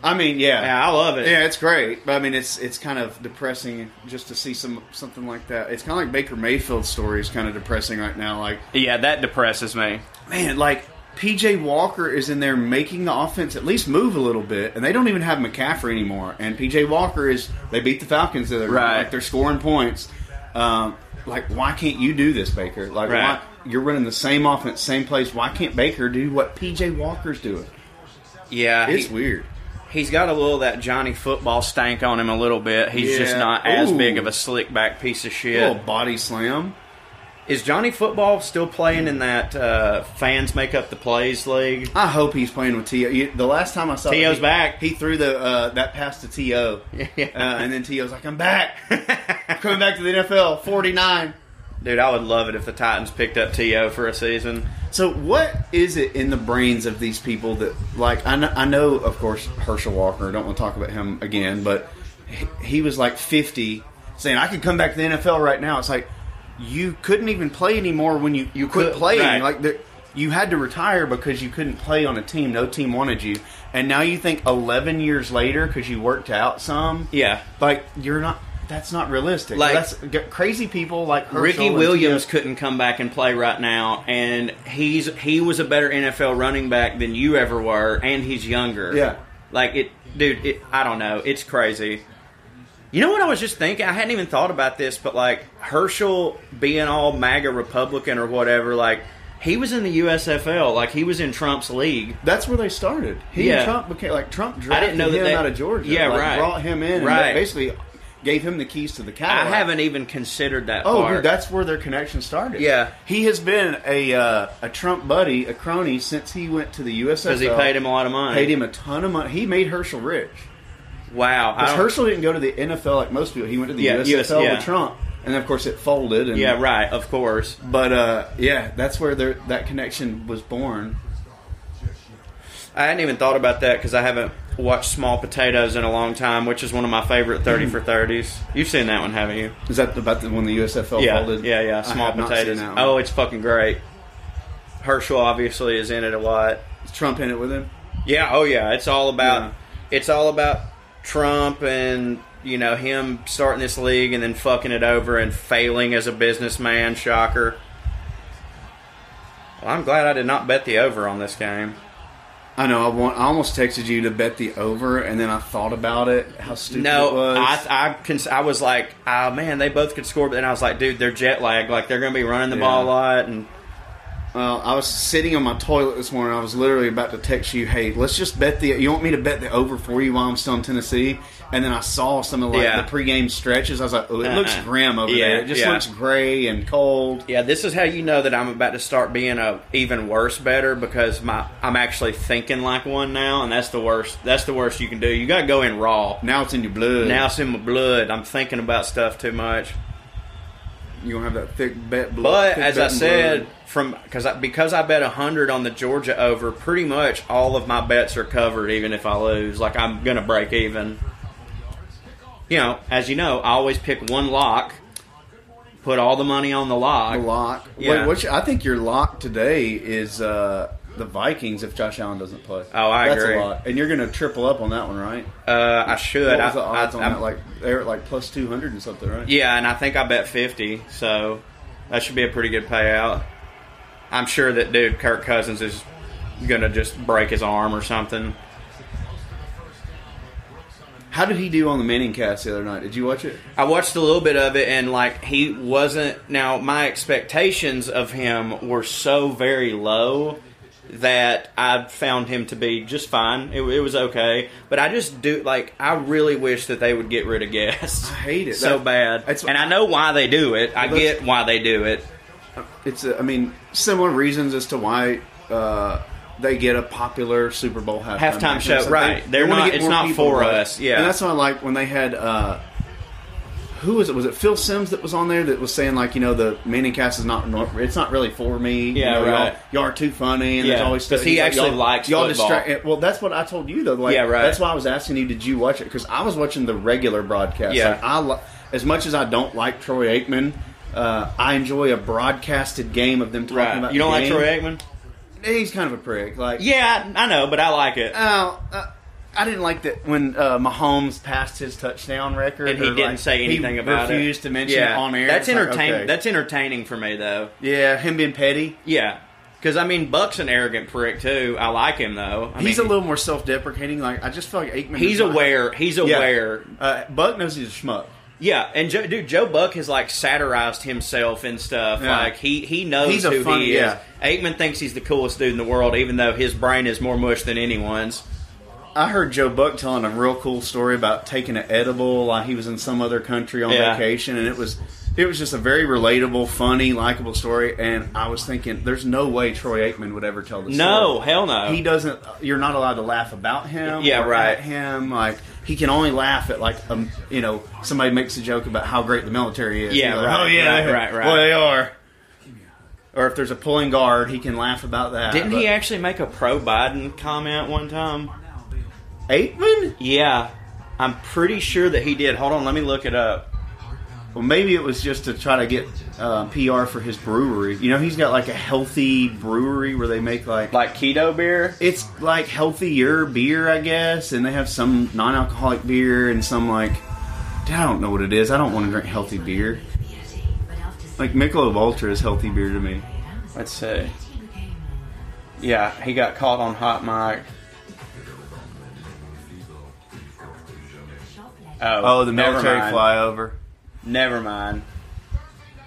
Speaker 2: I mean, yeah,
Speaker 1: Yeah, I love it.
Speaker 2: Yeah, it's great, but I mean, it's it's kind of depressing just to see some something like that. It's kind of like Baker Mayfield's story is kind of depressing right now. Like,
Speaker 1: Yeah, that depresses me.
Speaker 2: man, like PJ Walker is in there making the offense at least move a little bit, and they don't even have McCaffrey anymore. And PJ Walker is they beat the Falcons, the other night.
Speaker 1: Right.
Speaker 2: Like they're scoring points. Um, like why can't you do this, Baker? Like
Speaker 1: Right.
Speaker 2: why you're running the same offense, same place? Why can't Baker do what PJ Walker's doing?
Speaker 1: Yeah,
Speaker 2: It's
Speaker 1: he-
Speaker 2: weird.
Speaker 1: he's got a little of that Johnny football stank on him a little bit. He's just
Speaker 2: Yeah.
Speaker 1: not as
Speaker 2: Ooh.
Speaker 1: big of a slick back piece of shit.
Speaker 2: Little body slam.
Speaker 1: Is Johnny football still playing in that uh, fans make up the plays league?
Speaker 2: I hope he's playing with T.O. You- The last time I saw
Speaker 1: T.O.'s
Speaker 2: he-
Speaker 1: back.
Speaker 2: he threw the uh, that pass to T.O.
Speaker 1: Yeah.
Speaker 2: Uh, and then T.O.'s like, I'm back. I'm coming back to the NFL, 49.
Speaker 1: Dude, I would love it if the Titans picked up T.O. for a season.
Speaker 2: So what is it in the brains of these people that, like, I know, I know of course, Herschel Walker, don't want to talk about him again, but he, he was like 50 saying, I could come back to the NFL right now. It's like, you couldn't even play anymore when you, you quit
Speaker 1: could-
Speaker 2: playing.
Speaker 1: right.
Speaker 2: Like, there, you had to retire because you couldn't play on a team. No team wanted you. And now you think 11 years later, because you worked out some,
Speaker 1: Yeah.
Speaker 2: like, you're not, that's not realistic.
Speaker 1: Like-
Speaker 2: that's g- crazy people like Herschel
Speaker 1: Ricky
Speaker 2: and
Speaker 1: Williams couldn't come back and play right now, and he's he was a better NFL running back than you ever were, and he's younger.
Speaker 2: Yeah.
Speaker 1: like it, dude. It, I don't know. It's crazy. You know what I was just thinking? I hadn't even thought about this, but like Herschel being all MAGA Republican or whatever, like he was in the USFL, like he was in Trump's league.
Speaker 2: That's where they started. He
Speaker 1: Yeah.
Speaker 2: and Trump became like Trump drafted
Speaker 1: know that
Speaker 2: him
Speaker 1: they-
Speaker 2: out of Georgia.
Speaker 1: Yeah,
Speaker 2: like,
Speaker 1: right.
Speaker 2: Brought him in,
Speaker 1: Right.
Speaker 2: and basically gave him the keys to the cow.
Speaker 1: I haven't even considered that.
Speaker 2: Oh,
Speaker 1: part.
Speaker 2: dude, that's where their connection started.
Speaker 1: Yeah.
Speaker 2: he has been a uh, a Trump buddy, a crony since he went to the USFL.
Speaker 1: because he paid him a lot of money.
Speaker 2: paid him a ton of money. He made Herschel rich.
Speaker 1: Wow, I
Speaker 2: Because
Speaker 1: don't-
Speaker 2: Herschel didn't go to the NFL like most people. He went to the
Speaker 1: Yeah,
Speaker 2: USFL
Speaker 1: US yeah.
Speaker 2: with Trump, and then, of course it folded. And,
Speaker 1: Yeah, right. Of course.
Speaker 2: But uh, yeah, that's where their, that connection was born.
Speaker 1: I hadn't even thought about that because I haven't watched Small Potatoes in a long time, which is one of my favorite 30 for 30s. You've seen that one, haven't you?
Speaker 2: Is that about the, when the USFL
Speaker 1: yeah.
Speaker 2: Oh, folded?
Speaker 1: Yeah, yeah.
Speaker 2: I
Speaker 1: Small
Speaker 2: have not seen
Speaker 1: Potatoes.
Speaker 2: that one.
Speaker 1: Oh, it's fucking great. Herschel obviously is in it a lot.
Speaker 2: Is Trump in it with him.
Speaker 1: Yeah, oh yeah, it's all about
Speaker 2: Yeah.
Speaker 1: it's all about Trump and you know him starting this league and then fucking it over and failing as a businessman, shocker. Well, I'm glad I did not bet the over on this game.
Speaker 2: I know. I want. I almost texted you to bet the over, and then I thought about it. How stupid it
Speaker 1: No,
Speaker 2: was.
Speaker 1: I I, cons- I was like, oh man, they both could score, but then I was like, dude, they're jet lagged. Like they're going to be running the
Speaker 2: Yeah.
Speaker 1: ball a lot, and
Speaker 2: Well, I was sitting on my toilet this morning. I was literally about to text you, "Hey, let's just bet the. You want me to bet the over for you while I'm still in Tennessee?" And then I saw some of like
Speaker 1: Yeah.
Speaker 2: the pregame stretches. I was like, "Oh, it looks
Speaker 1: Uh-uh.
Speaker 2: grim over
Speaker 1: Yeah,
Speaker 2: there. It just
Speaker 1: yeah.
Speaker 2: looks gray and cold."
Speaker 1: yeah, this is how you know that I'm about to start being a even worse better because my I'm actually thinking like one now, and that's the worst. That's the worst you can do. You got to go in raw.
Speaker 2: Now it's in your blood.
Speaker 1: Now it's in my blood. I'm thinking about stuff too much.
Speaker 2: you gonna have that thick bet. Blood,
Speaker 1: But
Speaker 2: thick
Speaker 1: as I
Speaker 2: betting
Speaker 1: said,
Speaker 2: blood.
Speaker 1: from because I, because I bet hundred on the Georgia over, pretty much all of my bets are covered. Even if I lose, like I'm gonna break even. You know, as you know, I always pick one lock, put all the money on the lock.
Speaker 2: The lock.
Speaker 1: Yeah.
Speaker 2: Wait, what's your- I think your lock today is uh, the Vikings if Josh Allen doesn't play.
Speaker 1: Oh, I
Speaker 2: That's
Speaker 1: agree.
Speaker 2: a lot. And you're going to triple up on that one, right?
Speaker 1: Uh, I should.
Speaker 2: what was
Speaker 1: I-
Speaker 2: the odds
Speaker 1: I,
Speaker 2: on
Speaker 1: I-
Speaker 2: that? Like they're at like plus two hundred and something, right?
Speaker 1: yeah, and I think I bet fifty, so that should be a pretty good payout. I'm sure that dude Kirk Cousins is gonna just break his arm or something.
Speaker 2: How did he do on the Manning cast the other night? Did you watch it?
Speaker 1: I watched a little bit of it, and like he wasn't. Now my expectations of him were so very low that I found him to be just fine. It, it was okay, but I just do like I really wish that they would get rid of guests.
Speaker 2: I hate it.
Speaker 1: so
Speaker 2: That-
Speaker 1: bad,
Speaker 2: that's-
Speaker 1: and I know why they do it. I
Speaker 2: Well, that's-
Speaker 1: get why they do it.
Speaker 2: It's uh, I mean similar reasons as to why uh, they get a popular Super Bowl halftime
Speaker 1: Halftime
Speaker 2: match.
Speaker 1: show,
Speaker 2: It's like
Speaker 1: right. They're
Speaker 2: wanna
Speaker 1: not-
Speaker 2: get
Speaker 1: it's
Speaker 2: more
Speaker 1: not for
Speaker 2: right?
Speaker 1: us, yeah.
Speaker 2: and that's why like when they had. Uh, who was it? Was it Phil Sims that was on there that was saying like you know the Manning cast is not nor- it's not really for me. you
Speaker 1: Yeah,
Speaker 2: know,
Speaker 1: right.
Speaker 2: Y'all, y'all are too funny and
Speaker 1: Yeah,
Speaker 2: there's always
Speaker 1: 'cause he
Speaker 2: he's like,
Speaker 1: actually
Speaker 2: y'all-
Speaker 1: likes
Speaker 2: y'all
Speaker 1: football.
Speaker 2: distract- And- Well, that's what I told you though. Like,
Speaker 1: Yeah, right.
Speaker 2: That's why I was asking you, did you watch it? Because I was watching the regular broadcast.
Speaker 1: Yeah.
Speaker 2: Like, I li- as much as I don't like Troy Aikman, uh, I enjoy a broadcasted game of them talking about.
Speaker 1: You don't
Speaker 2: the
Speaker 1: like
Speaker 2: game.
Speaker 1: Troy Aikman?
Speaker 2: He's kind of a prick. Like,
Speaker 1: Yeah, I know, but I like it.
Speaker 2: Oh, uh, I didn't like that when uh, Mahomes passed his touchdown record,
Speaker 1: and he
Speaker 2: or,
Speaker 1: didn't
Speaker 2: like,
Speaker 1: say anything
Speaker 2: he
Speaker 1: about it.
Speaker 2: Refused to mention
Speaker 1: Yeah.
Speaker 2: it on air.
Speaker 1: That's
Speaker 2: It's like,
Speaker 1: entertaining.
Speaker 2: okay.
Speaker 1: That's entertaining for me though.
Speaker 2: yeah, him being petty.
Speaker 1: Yeah, because I mean, Buck's an arrogant prick too. I like him though. I
Speaker 2: he's
Speaker 1: mean,
Speaker 2: a little more self-deprecating. Like I just feel like Aikman.
Speaker 1: He's
Speaker 2: does not-
Speaker 1: aware. He's
Speaker 2: Yeah.
Speaker 1: aware.
Speaker 2: Uh, Buck knows he's a schmuck.
Speaker 1: Yeah, and Joe, dude, Joe Buck has like satirized himself and stuff.
Speaker 2: Yeah.
Speaker 1: Like he he knows
Speaker 2: He's a
Speaker 1: who
Speaker 2: funny-
Speaker 1: he is.
Speaker 2: yeah.
Speaker 1: Aikman thinks he's the coolest dude in the world, even though his brain is more mush than anyone's.
Speaker 2: I heard Joe Buck telling a real cool story about taking an edible like he was in some other country on
Speaker 1: Yeah.
Speaker 2: vacation, and it was it was just a very relatable, funny, likable story. And I was thinking, there's no way Troy Aikman would ever tell this.
Speaker 1: No,
Speaker 2: story.
Speaker 1: hell no.
Speaker 2: he doesn't. You're not allowed to laugh about him.
Speaker 1: Yeah,
Speaker 2: or
Speaker 1: right.
Speaker 2: At him like he can only laugh at like um, you know somebody makes a joke about how great the military is.
Speaker 1: Yeah,
Speaker 2: He's like,
Speaker 1: right,
Speaker 2: oh yeah,
Speaker 1: right, right, right.
Speaker 2: Well, they are. Or if there's a pulling guard, he can laugh about that.
Speaker 1: Didn't he
Speaker 2: but-
Speaker 1: actually make a pro Biden comment one time?
Speaker 2: Aikman?
Speaker 1: Yeah, I'm pretty sure that he did. Hold on, let me look it up.
Speaker 2: Well, maybe it was just to try to get uh, PR for his brewery. You know, he's got like a healthy brewery where they make like,
Speaker 1: Like keto beer?
Speaker 2: it's like healthier beer, I guess, and they have some non-alcoholic beer and some like I don't know what it is. I don't want to drink healthy beer. Like Michelob Ultra is healthy beer to me.
Speaker 1: Let's see. Yeah, he got caught on hot mic. Oh,
Speaker 2: Oh, the
Speaker 1: never
Speaker 2: military
Speaker 1: mind.
Speaker 2: flyover.
Speaker 1: Never mind.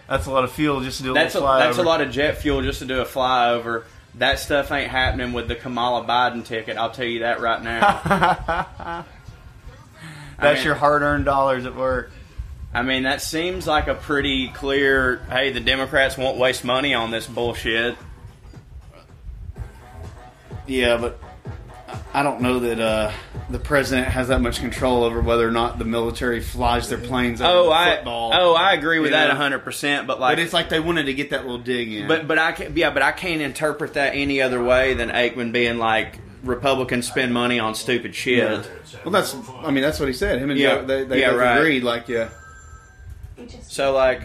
Speaker 2: That's a lot of fuel just to do a
Speaker 1: That's a,
Speaker 2: little flyover.
Speaker 1: that's a lot of jet fuel just to do a flyover. That stuff ain't happening with the Kamala Biden ticket. I'll tell you that right now. I
Speaker 2: That's
Speaker 1: mean-
Speaker 2: your hard-earned dollars at work.
Speaker 1: I mean, that seems like a pretty clear. Hey, the Democrats won't waste money on this bullshit.
Speaker 2: Yeah, but I don't know that uh, the president has that much control over whether or not the military flies their planes over
Speaker 1: Oh,
Speaker 2: the
Speaker 1: I
Speaker 2: football.
Speaker 1: oh I agree with
Speaker 2: You
Speaker 1: that
Speaker 2: know?
Speaker 1: that hundred percent. But like,
Speaker 2: but it's like they wanted to get that little dig in.
Speaker 1: But but I can, yeah, but I can't interpret that any other way than Aikman being like Republicans spend money on stupid shit.
Speaker 2: yeah. well, that's I mean that's what he said. Him and
Speaker 1: Yeah.
Speaker 2: Joe, they, they
Speaker 1: Yeah,
Speaker 2: both
Speaker 1: right.
Speaker 2: agreed. Like yeah,
Speaker 1: So like,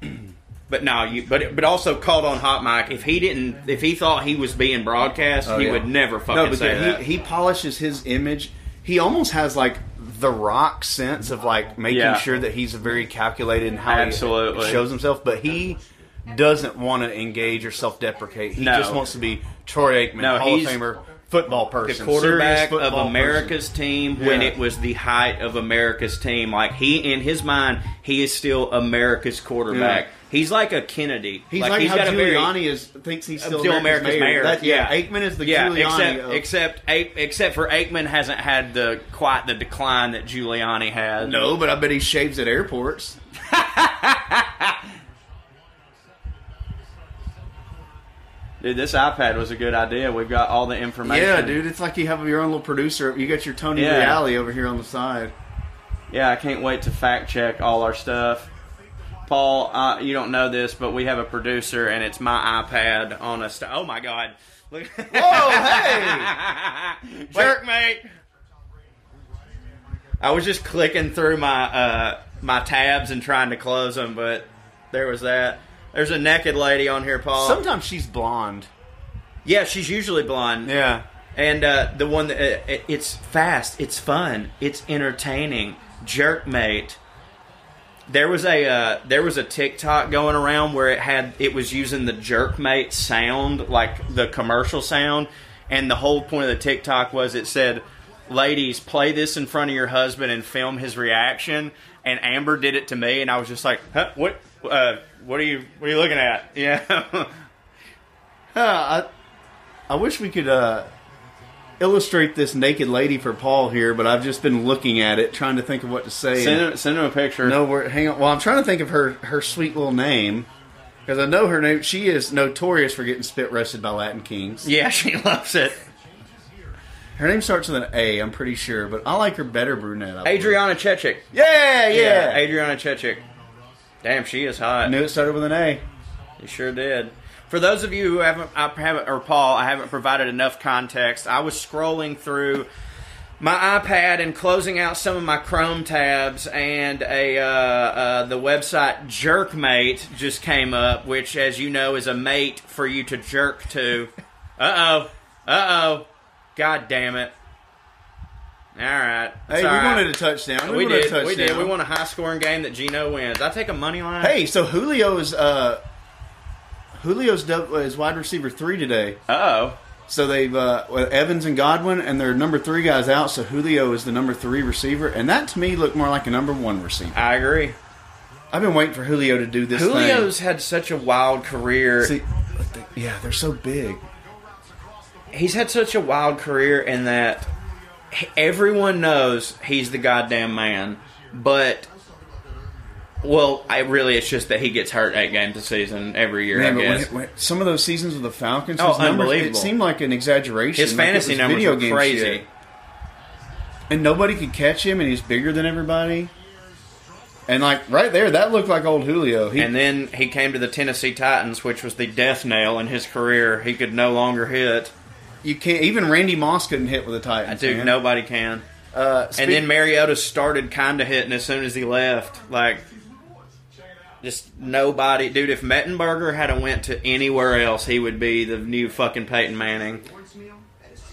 Speaker 1: but no, you but but also called on hot mic. If he didn't, if he thought he was being broadcast,
Speaker 2: Oh,
Speaker 1: he
Speaker 2: yeah.
Speaker 1: would never fucking
Speaker 2: no, but
Speaker 1: say
Speaker 2: yeah,
Speaker 1: that.
Speaker 2: he he polishes his image. He almost has like the rock sense of like making
Speaker 1: Yeah.
Speaker 2: sure that he's very calculated in how
Speaker 1: Absolutely.
Speaker 2: he shows himself. But he doesn't want to engage or self-deprecate. He
Speaker 1: No.
Speaker 2: just wants to be Troy Aikman,
Speaker 1: No,
Speaker 2: Hall of
Speaker 1: he's
Speaker 2: Famer, football
Speaker 1: the
Speaker 2: person, serious
Speaker 1: quarterback of
Speaker 2: football person.
Speaker 1: America's team when
Speaker 2: Yeah.
Speaker 1: it was the height of America's team. Like he, in his mind, he is still America's quarterback.
Speaker 2: Yeah.
Speaker 1: He's like a Kennedy.
Speaker 2: He's like, how
Speaker 1: got a very- Uh,
Speaker 2: Giuliani is thinks he's still,
Speaker 1: Still
Speaker 2: America's,
Speaker 1: America's mayor.
Speaker 2: mayor. That- yeah,
Speaker 1: Yeah.
Speaker 2: Aikman is the
Speaker 1: yeah, except
Speaker 2: Giuliani. of-
Speaker 1: except Aik- except for Aikman hasn't had the quite the decline that Giuliani had.
Speaker 2: no, but I bet he shaves at airports.
Speaker 1: dude, this iPad was a good idea. We've got all the information.
Speaker 2: Yeah, dude, it's like you have your own little producer. You got your Tony
Speaker 1: uh, Yeah.
Speaker 2: Reale over here on the side.
Speaker 1: Yeah, I can't wait to fact check all our stuff. Paul, uh, you don't know this, but we have a producer, and it's my iPad on a. St- oh my God! Look,
Speaker 2: Oh, hey,
Speaker 1: jerk, mate. I was just clicking through my uh, my tabs and trying to close them, but there was that. There's a naked lady on here, Paul.
Speaker 2: sometimes she's blonde.
Speaker 1: yeah, she's usually blonde.
Speaker 2: Yeah,
Speaker 1: And uh, the one that uh, it- it's fast, it's fun, it's entertaining. Jerkmate. There was a uh, there was a TikTok going around where it had it was using the jerkmate sound like the commercial sound, and the whole point of the TikTok was it said, "Ladies, play this in front of your husband and film his reaction." And Amber did it to me, and I was just like, huh, "What? Uh, what are you? What are you looking at?" Yeah.
Speaker 2: Huh, I, I wish we could uh, illustrate this naked lady for Paul here, but I've just been looking at it, trying to think of what to say.
Speaker 1: send him, send him a picture.
Speaker 2: No, we're, hang on. Well, I'm trying to think of her her sweet little name because I know her name. She is notorious for getting spit roasted by Latin kings.
Speaker 1: Yeah, she loves it.
Speaker 2: Her name starts with an A, I'm pretty sure, but I like her better brunette. I believe.
Speaker 1: Adriana Chechik.
Speaker 2: Yeah, yeah.
Speaker 1: Adriana Chechik. Damn, she is hot.
Speaker 2: I knew it started with an A.
Speaker 1: You sure did. For those of you who haven't, I haven't, or Paul, I haven't provided enough context. I was scrolling through my iPad and closing out some of my Chrome tabs, and a uh, uh, the website Jerkmate just came up, which, as you know, is a mate for you to jerk to. Uh oh, uh oh, god damn it! All right,
Speaker 2: Hey,
Speaker 1: It's
Speaker 2: we
Speaker 1: all right.
Speaker 2: wanted a touchdown. We,
Speaker 1: We
Speaker 2: wanted
Speaker 1: did.
Speaker 2: a touchdown.
Speaker 1: We did. We want a high scoring game that Gino wins. I take a money line.
Speaker 2: Hey, so Julio's uh, Julio's dou- is wide receiver three today.
Speaker 1: Oh.
Speaker 2: So they've uh, well, Evans and Godwin, and their number three guys out. So Julio is the number three receiver, and that to me looked more like a number one receiver.
Speaker 1: I agree.
Speaker 2: I've been waiting for Julio to do this. thing.
Speaker 1: Julio's had such a wild career.
Speaker 2: See, but they- yeah, they're so big.
Speaker 1: He's had such a wild career in that
Speaker 5: everyone knows he's the goddamn man, but well, I really it's just that he gets hurt eight games a season every year.
Speaker 2: Man,
Speaker 5: I
Speaker 2: but when,
Speaker 5: guess
Speaker 2: when- some of those seasons with the Falcons,
Speaker 5: Oh,
Speaker 2: his numbers,
Speaker 5: unbelievable.
Speaker 2: it seemed like an exaggeration.
Speaker 5: his
Speaker 2: like it
Speaker 5: fantasy
Speaker 2: was
Speaker 5: numbers
Speaker 2: video
Speaker 5: were
Speaker 2: game
Speaker 5: crazy.
Speaker 2: shit. and nobody could catch him, and he's bigger than everybody. And like right there, that looked like old Julio. He,
Speaker 5: And then he came to the Tennessee Titans, which was the death nail in his career. He could no longer hit.
Speaker 2: you can't even Randy Moss couldn't hit with a Titans.
Speaker 5: Dude,
Speaker 2: man.
Speaker 5: nobody can.
Speaker 2: Uh,
Speaker 5: And then Mariota started kind of hitting as soon as he left. Like, just nobody. Dude, if Mettenberger had a went to anywhere else, he would be the new fucking Peyton Manning.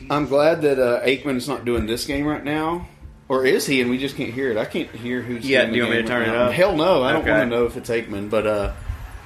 Speaker 2: I'm glad that uh, Aikman's not doing this game right now, or is he? And we just can't hear it. I can't hear who's.
Speaker 5: Yeah,
Speaker 2: doing
Speaker 5: do you
Speaker 2: the
Speaker 5: want me
Speaker 2: game
Speaker 5: to
Speaker 2: right
Speaker 5: turn it
Speaker 2: now.
Speaker 5: up?
Speaker 2: Hell no, I
Speaker 5: Okay.
Speaker 2: don't want to know if it's Aikman. But uh,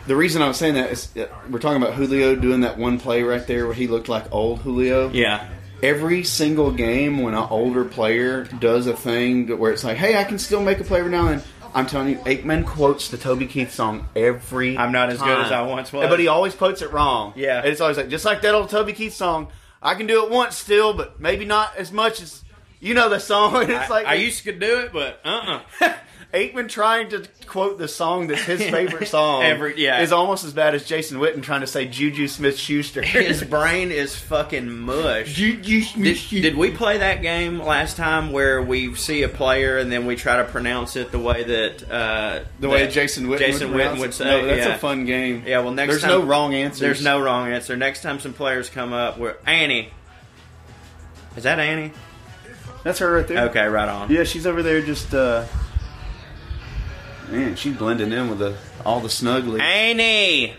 Speaker 2: the reason I was saying that is uh, we're talking about Julio doing that one play right there where he looked like old Julio.
Speaker 5: Yeah.
Speaker 2: Every single game when an older player does a thing that- where it's like, hey, I can still make a play every now and. then," I'm telling you, Aikman quotes the Toby Keith song every.
Speaker 5: I'm not as good as
Speaker 2: time.
Speaker 5: I once was.
Speaker 2: but he always quotes it wrong.
Speaker 5: Yeah.
Speaker 2: And it's always like, just like that old Toby Keith song, I can do it once still, but maybe not as much as you know the song. And it's
Speaker 5: I,
Speaker 2: like
Speaker 5: I used to could do it, but uh uh
Speaker 2: Aikman trying to quote the song that's his favorite song
Speaker 5: Every- yeah.
Speaker 2: is almost as bad as Jason Witten trying to say Juju Smith Schuster.
Speaker 5: His brain is fucking mush. Did, did we play that game last time where we see a player and then we try to pronounce it the way that uh,
Speaker 2: the way
Speaker 5: that
Speaker 2: Jason Witten
Speaker 5: Jason
Speaker 2: would, pronounce
Speaker 5: Witten
Speaker 2: it.
Speaker 5: would say?
Speaker 2: No, that's
Speaker 5: yeah.
Speaker 2: a fun game.
Speaker 5: Yeah, well, next
Speaker 2: there's
Speaker 5: time-
Speaker 2: no wrong answers.
Speaker 5: There's no wrong answer. Next time some players come up, we're Annie. Is that Annie?
Speaker 2: That's her right there.
Speaker 5: Okay, right on.
Speaker 2: Yeah, she's over there just. uh Man, she's blending in with the all the snuggly.
Speaker 5: Annie.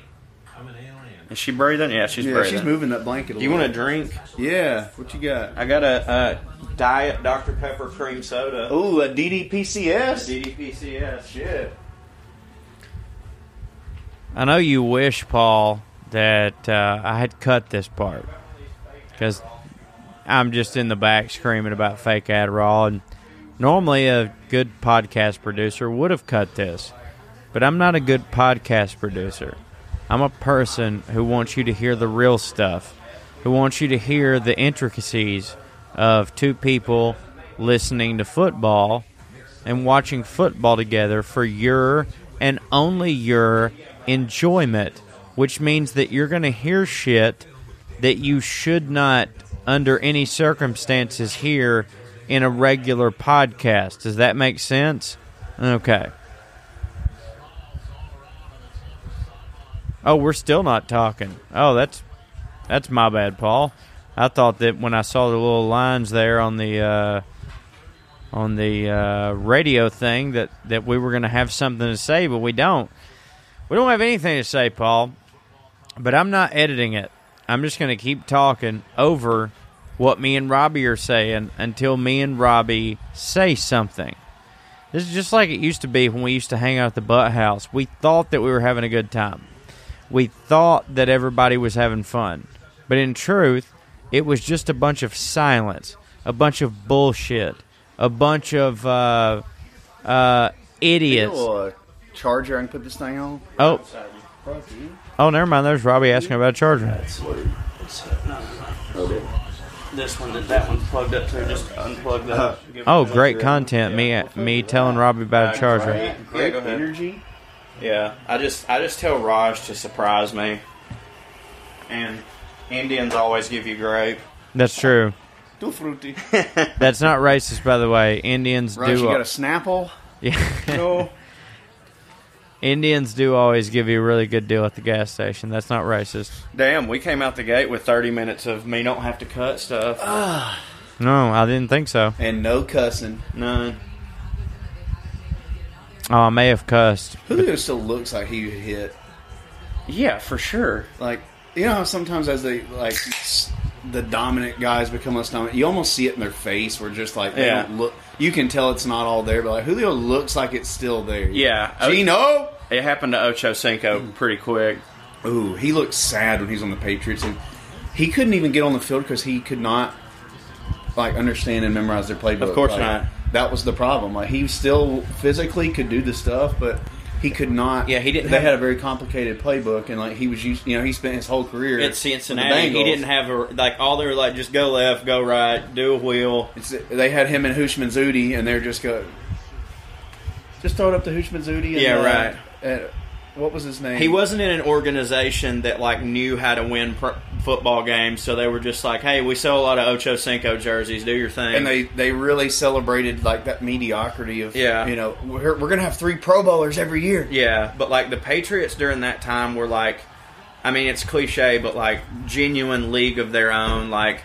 Speaker 5: Is she breathing? Yeah, she's
Speaker 2: Yeah,
Speaker 5: breathing.
Speaker 2: she's moving that blanket. A
Speaker 5: Do you
Speaker 2: little.
Speaker 5: want a drink?
Speaker 2: Yeah, what you got?
Speaker 5: I got a uh, diet Dr Pepper cream soda.
Speaker 2: Ooh, a DDPCS.
Speaker 5: DDPCS.
Speaker 2: Shit.
Speaker 1: I know you wish, Paul, that uh, I had cut this part because I'm just in the back screaming about fake Adderall. And normally, a good podcast producer would have cut this, but I'm not a good podcast producer. I'm a person who wants you to hear the real stuff, who wants you to hear the intricacies of two people listening to football and watching football together for your and only your enjoyment, which means that you're going to hear shit that you should not, under any circumstances, hear in a regular podcast. Does that make sense? Okay. Oh, we're still not talking. Oh, that's that's my bad, Paul. I thought that when I saw the little lines there on the uh, on the uh, radio thing that, that we were going to have something to say, but we don't. We don't have anything to say, Paul. But I'm not editing it. I'm just going to keep talking over what me and Robbie are saying until me and Robbie say something. This is just like it used to be when we used to hang out at the butt house. We thought that we were having a good time. We thought that everybody was having fun. But in truth, it was just a bunch of silence, a bunch of bullshit, a bunch of uh, uh, idiots.
Speaker 2: Little, uh, charger. I can put this thing on.
Speaker 1: Oh. Oh, never mind. There's Robbie asking about charge rats.
Speaker 5: This one that that one's plugged up to. Just unplug that.
Speaker 1: Oh, great content. Me, me telling Robbie about a charge rat.
Speaker 2: Great
Speaker 5: go ahead.
Speaker 2: energy.
Speaker 5: Yeah, I just I just tell Raj to surprise me. And Indians always give you grape.
Speaker 1: That's true.
Speaker 2: Too fruity.
Speaker 1: That's not racist, by the way. Indians
Speaker 2: Raj, you got
Speaker 1: do.
Speaker 2: a Snapple?
Speaker 1: Yeah,
Speaker 2: No.
Speaker 1: Indians do always give you a really good deal at the gas station. That's not racist.
Speaker 5: Damn, we came out the gate with 30 minutes of me don't have to cut stuff.
Speaker 1: No, I didn't think so.
Speaker 2: and no cussing.
Speaker 5: None.
Speaker 1: Oh, I may have cussed.
Speaker 2: Julio still looks like he would hit.
Speaker 5: Yeah, for sure.
Speaker 2: Like you know how sometimes as they like s- the dominant guys become less dominant, you almost see it in their face. Where just like they
Speaker 5: Yeah.
Speaker 2: don't look. You can tell it's not all there, but like Julio looks like it's still there.
Speaker 5: Yeah.
Speaker 2: Gino.
Speaker 5: It happened to Ocho
Speaker 2: Hmm.
Speaker 5: Cinco pretty quick.
Speaker 2: Ooh, he looked sad when he was on the Patriots, and he couldn't even get on the field because he could not like understand and memorize their playbook.
Speaker 5: course
Speaker 2: Like,
Speaker 5: not.
Speaker 2: That was the problem. Like he still physically could do the stuff, but. he could not.
Speaker 1: Yeah, he didn't
Speaker 2: They
Speaker 1: have-
Speaker 2: had a very complicated playbook, and like he was used. You know, he spent his whole career
Speaker 1: at Cincinnati.
Speaker 2: with the
Speaker 1: He
Speaker 2: Bengals.
Speaker 1: didn't have a like all they were like just go left, go right, do a wheel.
Speaker 2: It's, they had him and Hushman Zudi, and they're just go. Just throw it up to Hushman Zudi. And,
Speaker 1: Yeah,
Speaker 2: uh,
Speaker 1: right.
Speaker 2: and- what was his name?
Speaker 1: He wasn't in an organization that like knew how to win pr- football games, so they were just like, "Hey, we sell a lot of Ocho Cinco jerseys. Do your thing."
Speaker 2: and they they really celebrated like that mediocrity of
Speaker 1: Yeah.
Speaker 2: you know we're, we're gonna have three pro bowlers every year
Speaker 1: yeah, but like the Patriots during that time were like, I mean, it's cliche, but like genuine league of their own. Like,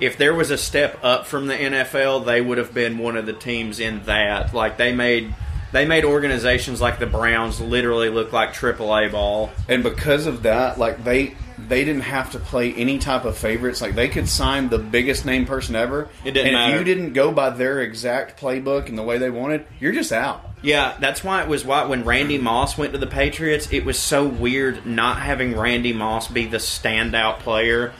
Speaker 1: if there was a step up from the NFL, they would have been one of the teams in that. Like, they made they made organizations like the Browns literally look like AAA ball.
Speaker 2: and because of that like they they didn't have to play any type of favorites like they could sign the biggest name person ever
Speaker 1: It didn't
Speaker 2: and
Speaker 1: matter.
Speaker 2: if you didn't go by their exact playbook and the way they wanted you're just out
Speaker 1: Yeah, that's why it was why when Randy Moss went to the Patriots, it was so weird not having Randy Moss be the standout player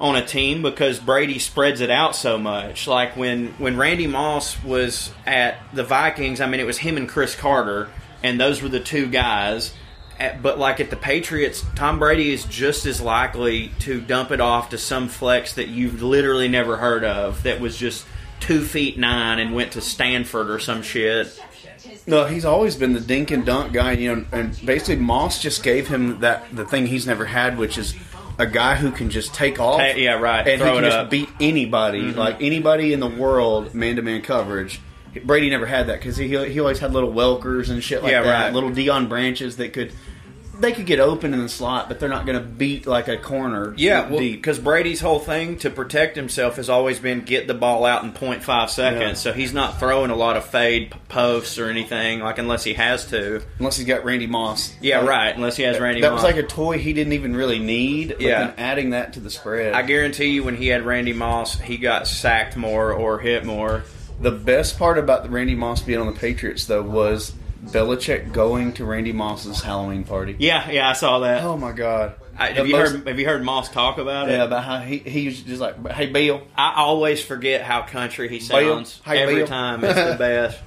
Speaker 1: on a team because Brady spreads it out so much. Like when when Randy Moss was at the Vikings, I mean it was him and Chris Carter, and those were the two guys. At- But like at the Patriots, Tom Brady is just as likely to dump it off to some flex that you've literally never heard of that was just two feet nine and went to Stanford or some shit.
Speaker 2: no he's always been the dink and dunk guy you know and basically moss just gave him that the thing he's never had which is a guy who can just take off
Speaker 1: Hey, yeah, right,
Speaker 2: and
Speaker 1: throw
Speaker 2: who can
Speaker 1: it
Speaker 2: just
Speaker 1: up. Mm-hmm.
Speaker 2: beat anybody like anybody in the world man-to-man coverage brady never had that because he, he always had little welkers and shit like
Speaker 1: Yeah,
Speaker 2: that
Speaker 1: right.
Speaker 2: little dion branches that could they could get open in the slot but they're not going to beat like a corner
Speaker 1: Yeah, well,
Speaker 2: deep
Speaker 1: because Brady's whole thing to protect himself has always been get the ball out in .5 seconds.
Speaker 2: Yeah.
Speaker 1: So he's not throwing a lot of fade p- posts or anything, like unless he has to.
Speaker 2: unless he's got randy moss
Speaker 1: Yeah,
Speaker 2: Like,
Speaker 1: right. Unless he has Randy.
Speaker 2: that
Speaker 1: Moss.
Speaker 2: was like a toy he didn't even really need but
Speaker 1: Yeah.
Speaker 2: then adding that to the spread
Speaker 1: I guarantee you, when he had Randy Moss, he got sacked more or hit more.
Speaker 2: The best part about the Randy Moss being on the Patriots, though, was Belichick going to Randy Moss's Halloween party.
Speaker 1: Yeah, yeah, I saw that.
Speaker 2: Oh my God!
Speaker 1: I,
Speaker 2: The
Speaker 1: have you
Speaker 2: most-
Speaker 1: heard? Have you heard Moss talk about it?
Speaker 2: Yeah, about how he he was just like, "Hey, Bill."
Speaker 1: I always forget how country he
Speaker 2: Bill.
Speaker 1: sounds
Speaker 2: Hey,
Speaker 1: every
Speaker 2: Bill.
Speaker 1: time. It's the best.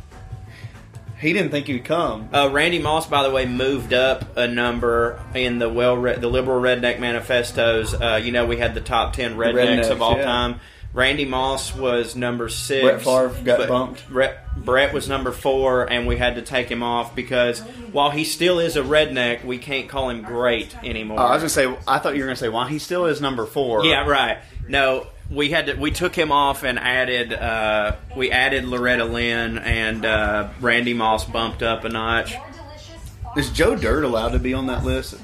Speaker 2: He didn't think he'd come.
Speaker 1: Uh, Randy Moss, by the way, moved up a number in the well the liberal redneck manifestos. Uh, you know, we had the top ten rednecks
Speaker 2: rednecks,
Speaker 1: of all
Speaker 2: yeah.
Speaker 1: time. Randy Moss was number six.
Speaker 2: Brett Favre got
Speaker 1: but
Speaker 2: bumped.
Speaker 1: Brett, Brett was number four, and we had to take him off because while he still is a redneck, we can't call him great anymore.
Speaker 2: Uh, I was gonna say, I thought you were gonna say, "Why he still is number four.
Speaker 1: Yeah, right. No, we had to, we took him off and added uh, we added Loretta Lynn and uh, Randy Moss bumped up a notch.
Speaker 4: More delicious.
Speaker 2: Is Joe Dirt allowed to be on that list?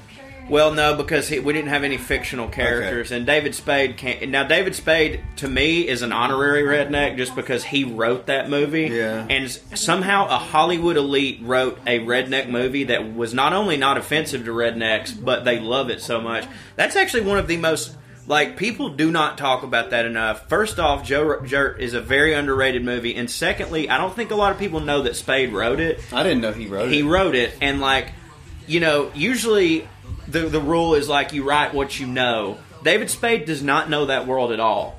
Speaker 1: Well, no, because he, we didn't have any fictional characters, and David Spade can't. Now, David Spade to me is an honorary redneck just because he wrote that movie,
Speaker 2: Yeah.
Speaker 1: and s- somehow a Hollywood elite wrote a redneck movie that was not only not offensive to rednecks, but they love it so much. That's actually one of the most like people do not talk about that enough. First off, Joe Jurt is a very underrated movie, and secondly, I don't think a lot of people know that Spade wrote it
Speaker 2: I didn't know he wrote
Speaker 1: he
Speaker 2: it.
Speaker 1: wrote it and like you know usually the the rule is like you write what you know david spade does not know that world at all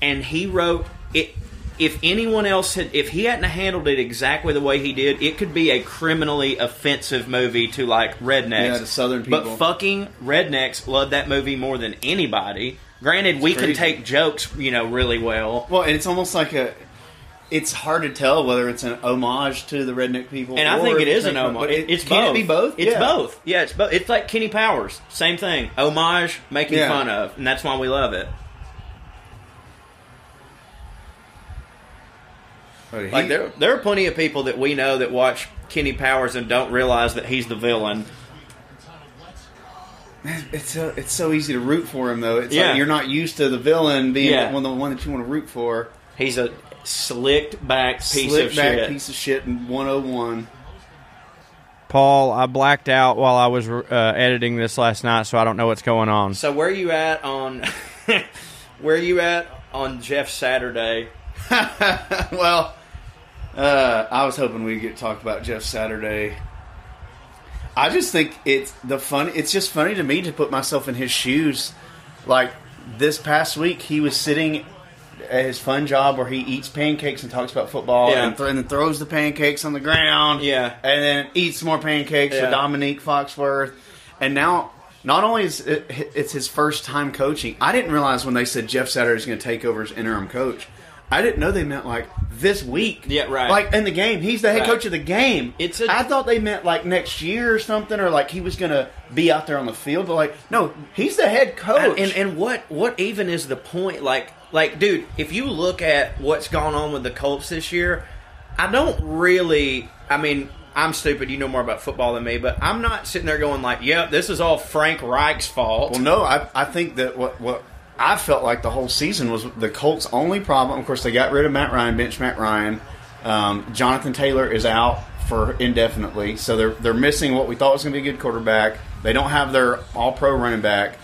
Speaker 1: and he wrote it if anyone else had if he hadn't handled it exactly the way he did it could be a criminally offensive movie to like rednecks
Speaker 2: Yeah, to Southern
Speaker 1: but
Speaker 2: people.
Speaker 1: fucking rednecks love that movie more than anybody granted we can
Speaker 2: crazy.
Speaker 1: take jokes you know really well
Speaker 2: Well, and it's almost like a. It's hard to tell whether it's an homage to the redneck people,
Speaker 1: And I
Speaker 2: or
Speaker 1: think it
Speaker 2: if
Speaker 1: is an
Speaker 2: taking-
Speaker 1: homage.
Speaker 2: but
Speaker 1: It, it's
Speaker 2: can
Speaker 1: both.
Speaker 2: it be both?
Speaker 1: It's
Speaker 2: Yeah.
Speaker 1: both. Yeah, it's both. It's like Kenny Powers, same thing. Homage, making
Speaker 2: Yeah.
Speaker 1: fun of, and that's why we love it.
Speaker 2: But he-
Speaker 1: Like there, there are plenty of people that we know that watch Kenny Powers and don't realize that he's the villain.
Speaker 2: It's so, it's so easy to root for him though. It's
Speaker 1: Yeah.
Speaker 2: like you're not used to the villain being
Speaker 1: Yeah.
Speaker 2: the one the one that you want to root for.
Speaker 1: He's a slicked back piece
Speaker 2: Slick
Speaker 1: of
Speaker 2: back
Speaker 1: shit.
Speaker 2: piece of shit oh in 101.
Speaker 3: Paul, I blacked out while I was uh, editing this last night, so I don't know what's going on.
Speaker 1: So where you at on? where you at on Jeff Saturday?
Speaker 2: well, uh, I was hoping we'd get talked about Jeff Saturday. I just think it's the fun. It's just funny to me to put myself in his shoes. Like this past week, he was sitting at his fun job where he eats pancakes and talks about football
Speaker 1: Yeah.
Speaker 2: and, th- and throws the pancakes on the ground.
Speaker 1: Yeah.
Speaker 2: And then eats more pancakes
Speaker 1: Yeah.
Speaker 2: with Dominique Foxworth. And now, not only is it, it's his first time coaching, I didn't realize when they said Jeff Saturday is going to take over as interim coach. I didn't know they meant like this week.
Speaker 1: Yeah, right.
Speaker 2: Like in the game, he's the head
Speaker 1: Right.
Speaker 2: coach of the game.
Speaker 1: It's a-
Speaker 2: I thought they meant like next year or something, or like he was gonna be out there on the field. But like, no, he's the head
Speaker 1: And,
Speaker 2: coach.
Speaker 1: and and what what even is the point? Like like dude, if you look at what's gone on with the Colts this year, I don't really. I mean, I'm stupid. You know more about football than me, but I'm not sitting there going like, "Yep, this is all Frank Reich's fault."
Speaker 2: Well, no, I, I think that what what I felt like the whole season was the Colts' only problem. Of course, they got rid of Matt Ryan, bench Matt Ryan. Um, Jonathan Taylor is out for indefinitely, so they're they're missing what we thought was going to be a good quarterback. They don't have their All Pro running back.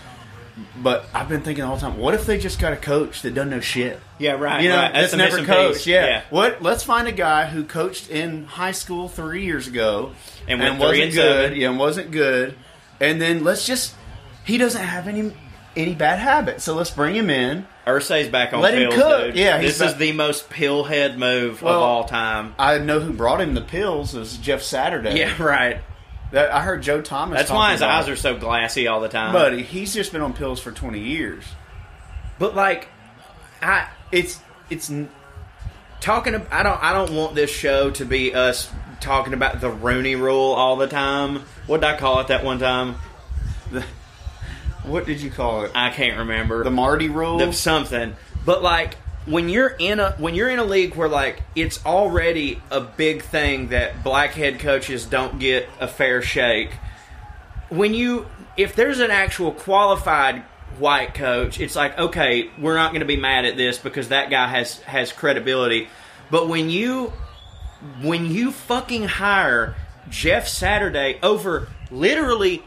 Speaker 2: But I've been thinking the whole time, what if they just got a coach that doesn't know shit?
Speaker 1: Yeah, right,
Speaker 2: You know,
Speaker 1: right. That's
Speaker 2: that's,
Speaker 1: the
Speaker 2: never
Speaker 1: missing
Speaker 2: coached.
Speaker 1: piece.
Speaker 2: Yeah.
Speaker 1: Yeah.
Speaker 2: What? Let's find a guy who coached in high school three years ago
Speaker 1: And went three
Speaker 2: wasn't
Speaker 1: and
Speaker 2: good.
Speaker 1: seven.
Speaker 2: Yeah, and wasn't good. And then let's just he doesn't have any any bad habits, so let's bring him in.
Speaker 1: Ursay's back on
Speaker 2: Let him
Speaker 1: pills,
Speaker 2: cook.
Speaker 1: dude.
Speaker 2: Yeah, he's
Speaker 1: this
Speaker 2: back-
Speaker 1: is the most pillhead move
Speaker 2: Well,
Speaker 1: of all time.
Speaker 2: I know who brought him the pills is Jeff Saturday.
Speaker 1: Yeah, right.
Speaker 2: That- I heard Joe Thomas.
Speaker 1: That's why his eyes
Speaker 2: talking
Speaker 1: are so glassy all the time.
Speaker 2: about it. buddy. He's just been on pills for twenty years.
Speaker 1: but like, I
Speaker 2: It's it's n-
Speaker 1: talking. ab- I don't. I don't want this show to be us talking about the Rooney Rule all the time. What did I call it that one time?
Speaker 2: what did you call it?
Speaker 1: I can't remember.
Speaker 2: The Marty rule.
Speaker 1: of something. But like when you're in a when you're in a league where like it's already a big thing that black head coaches don't get a fair shake. When you if there's an actual qualified white coach, it's like okay, we're not going to be mad at this because that guy has has credibility. But when you when you fucking hire Jeff Saturday over literally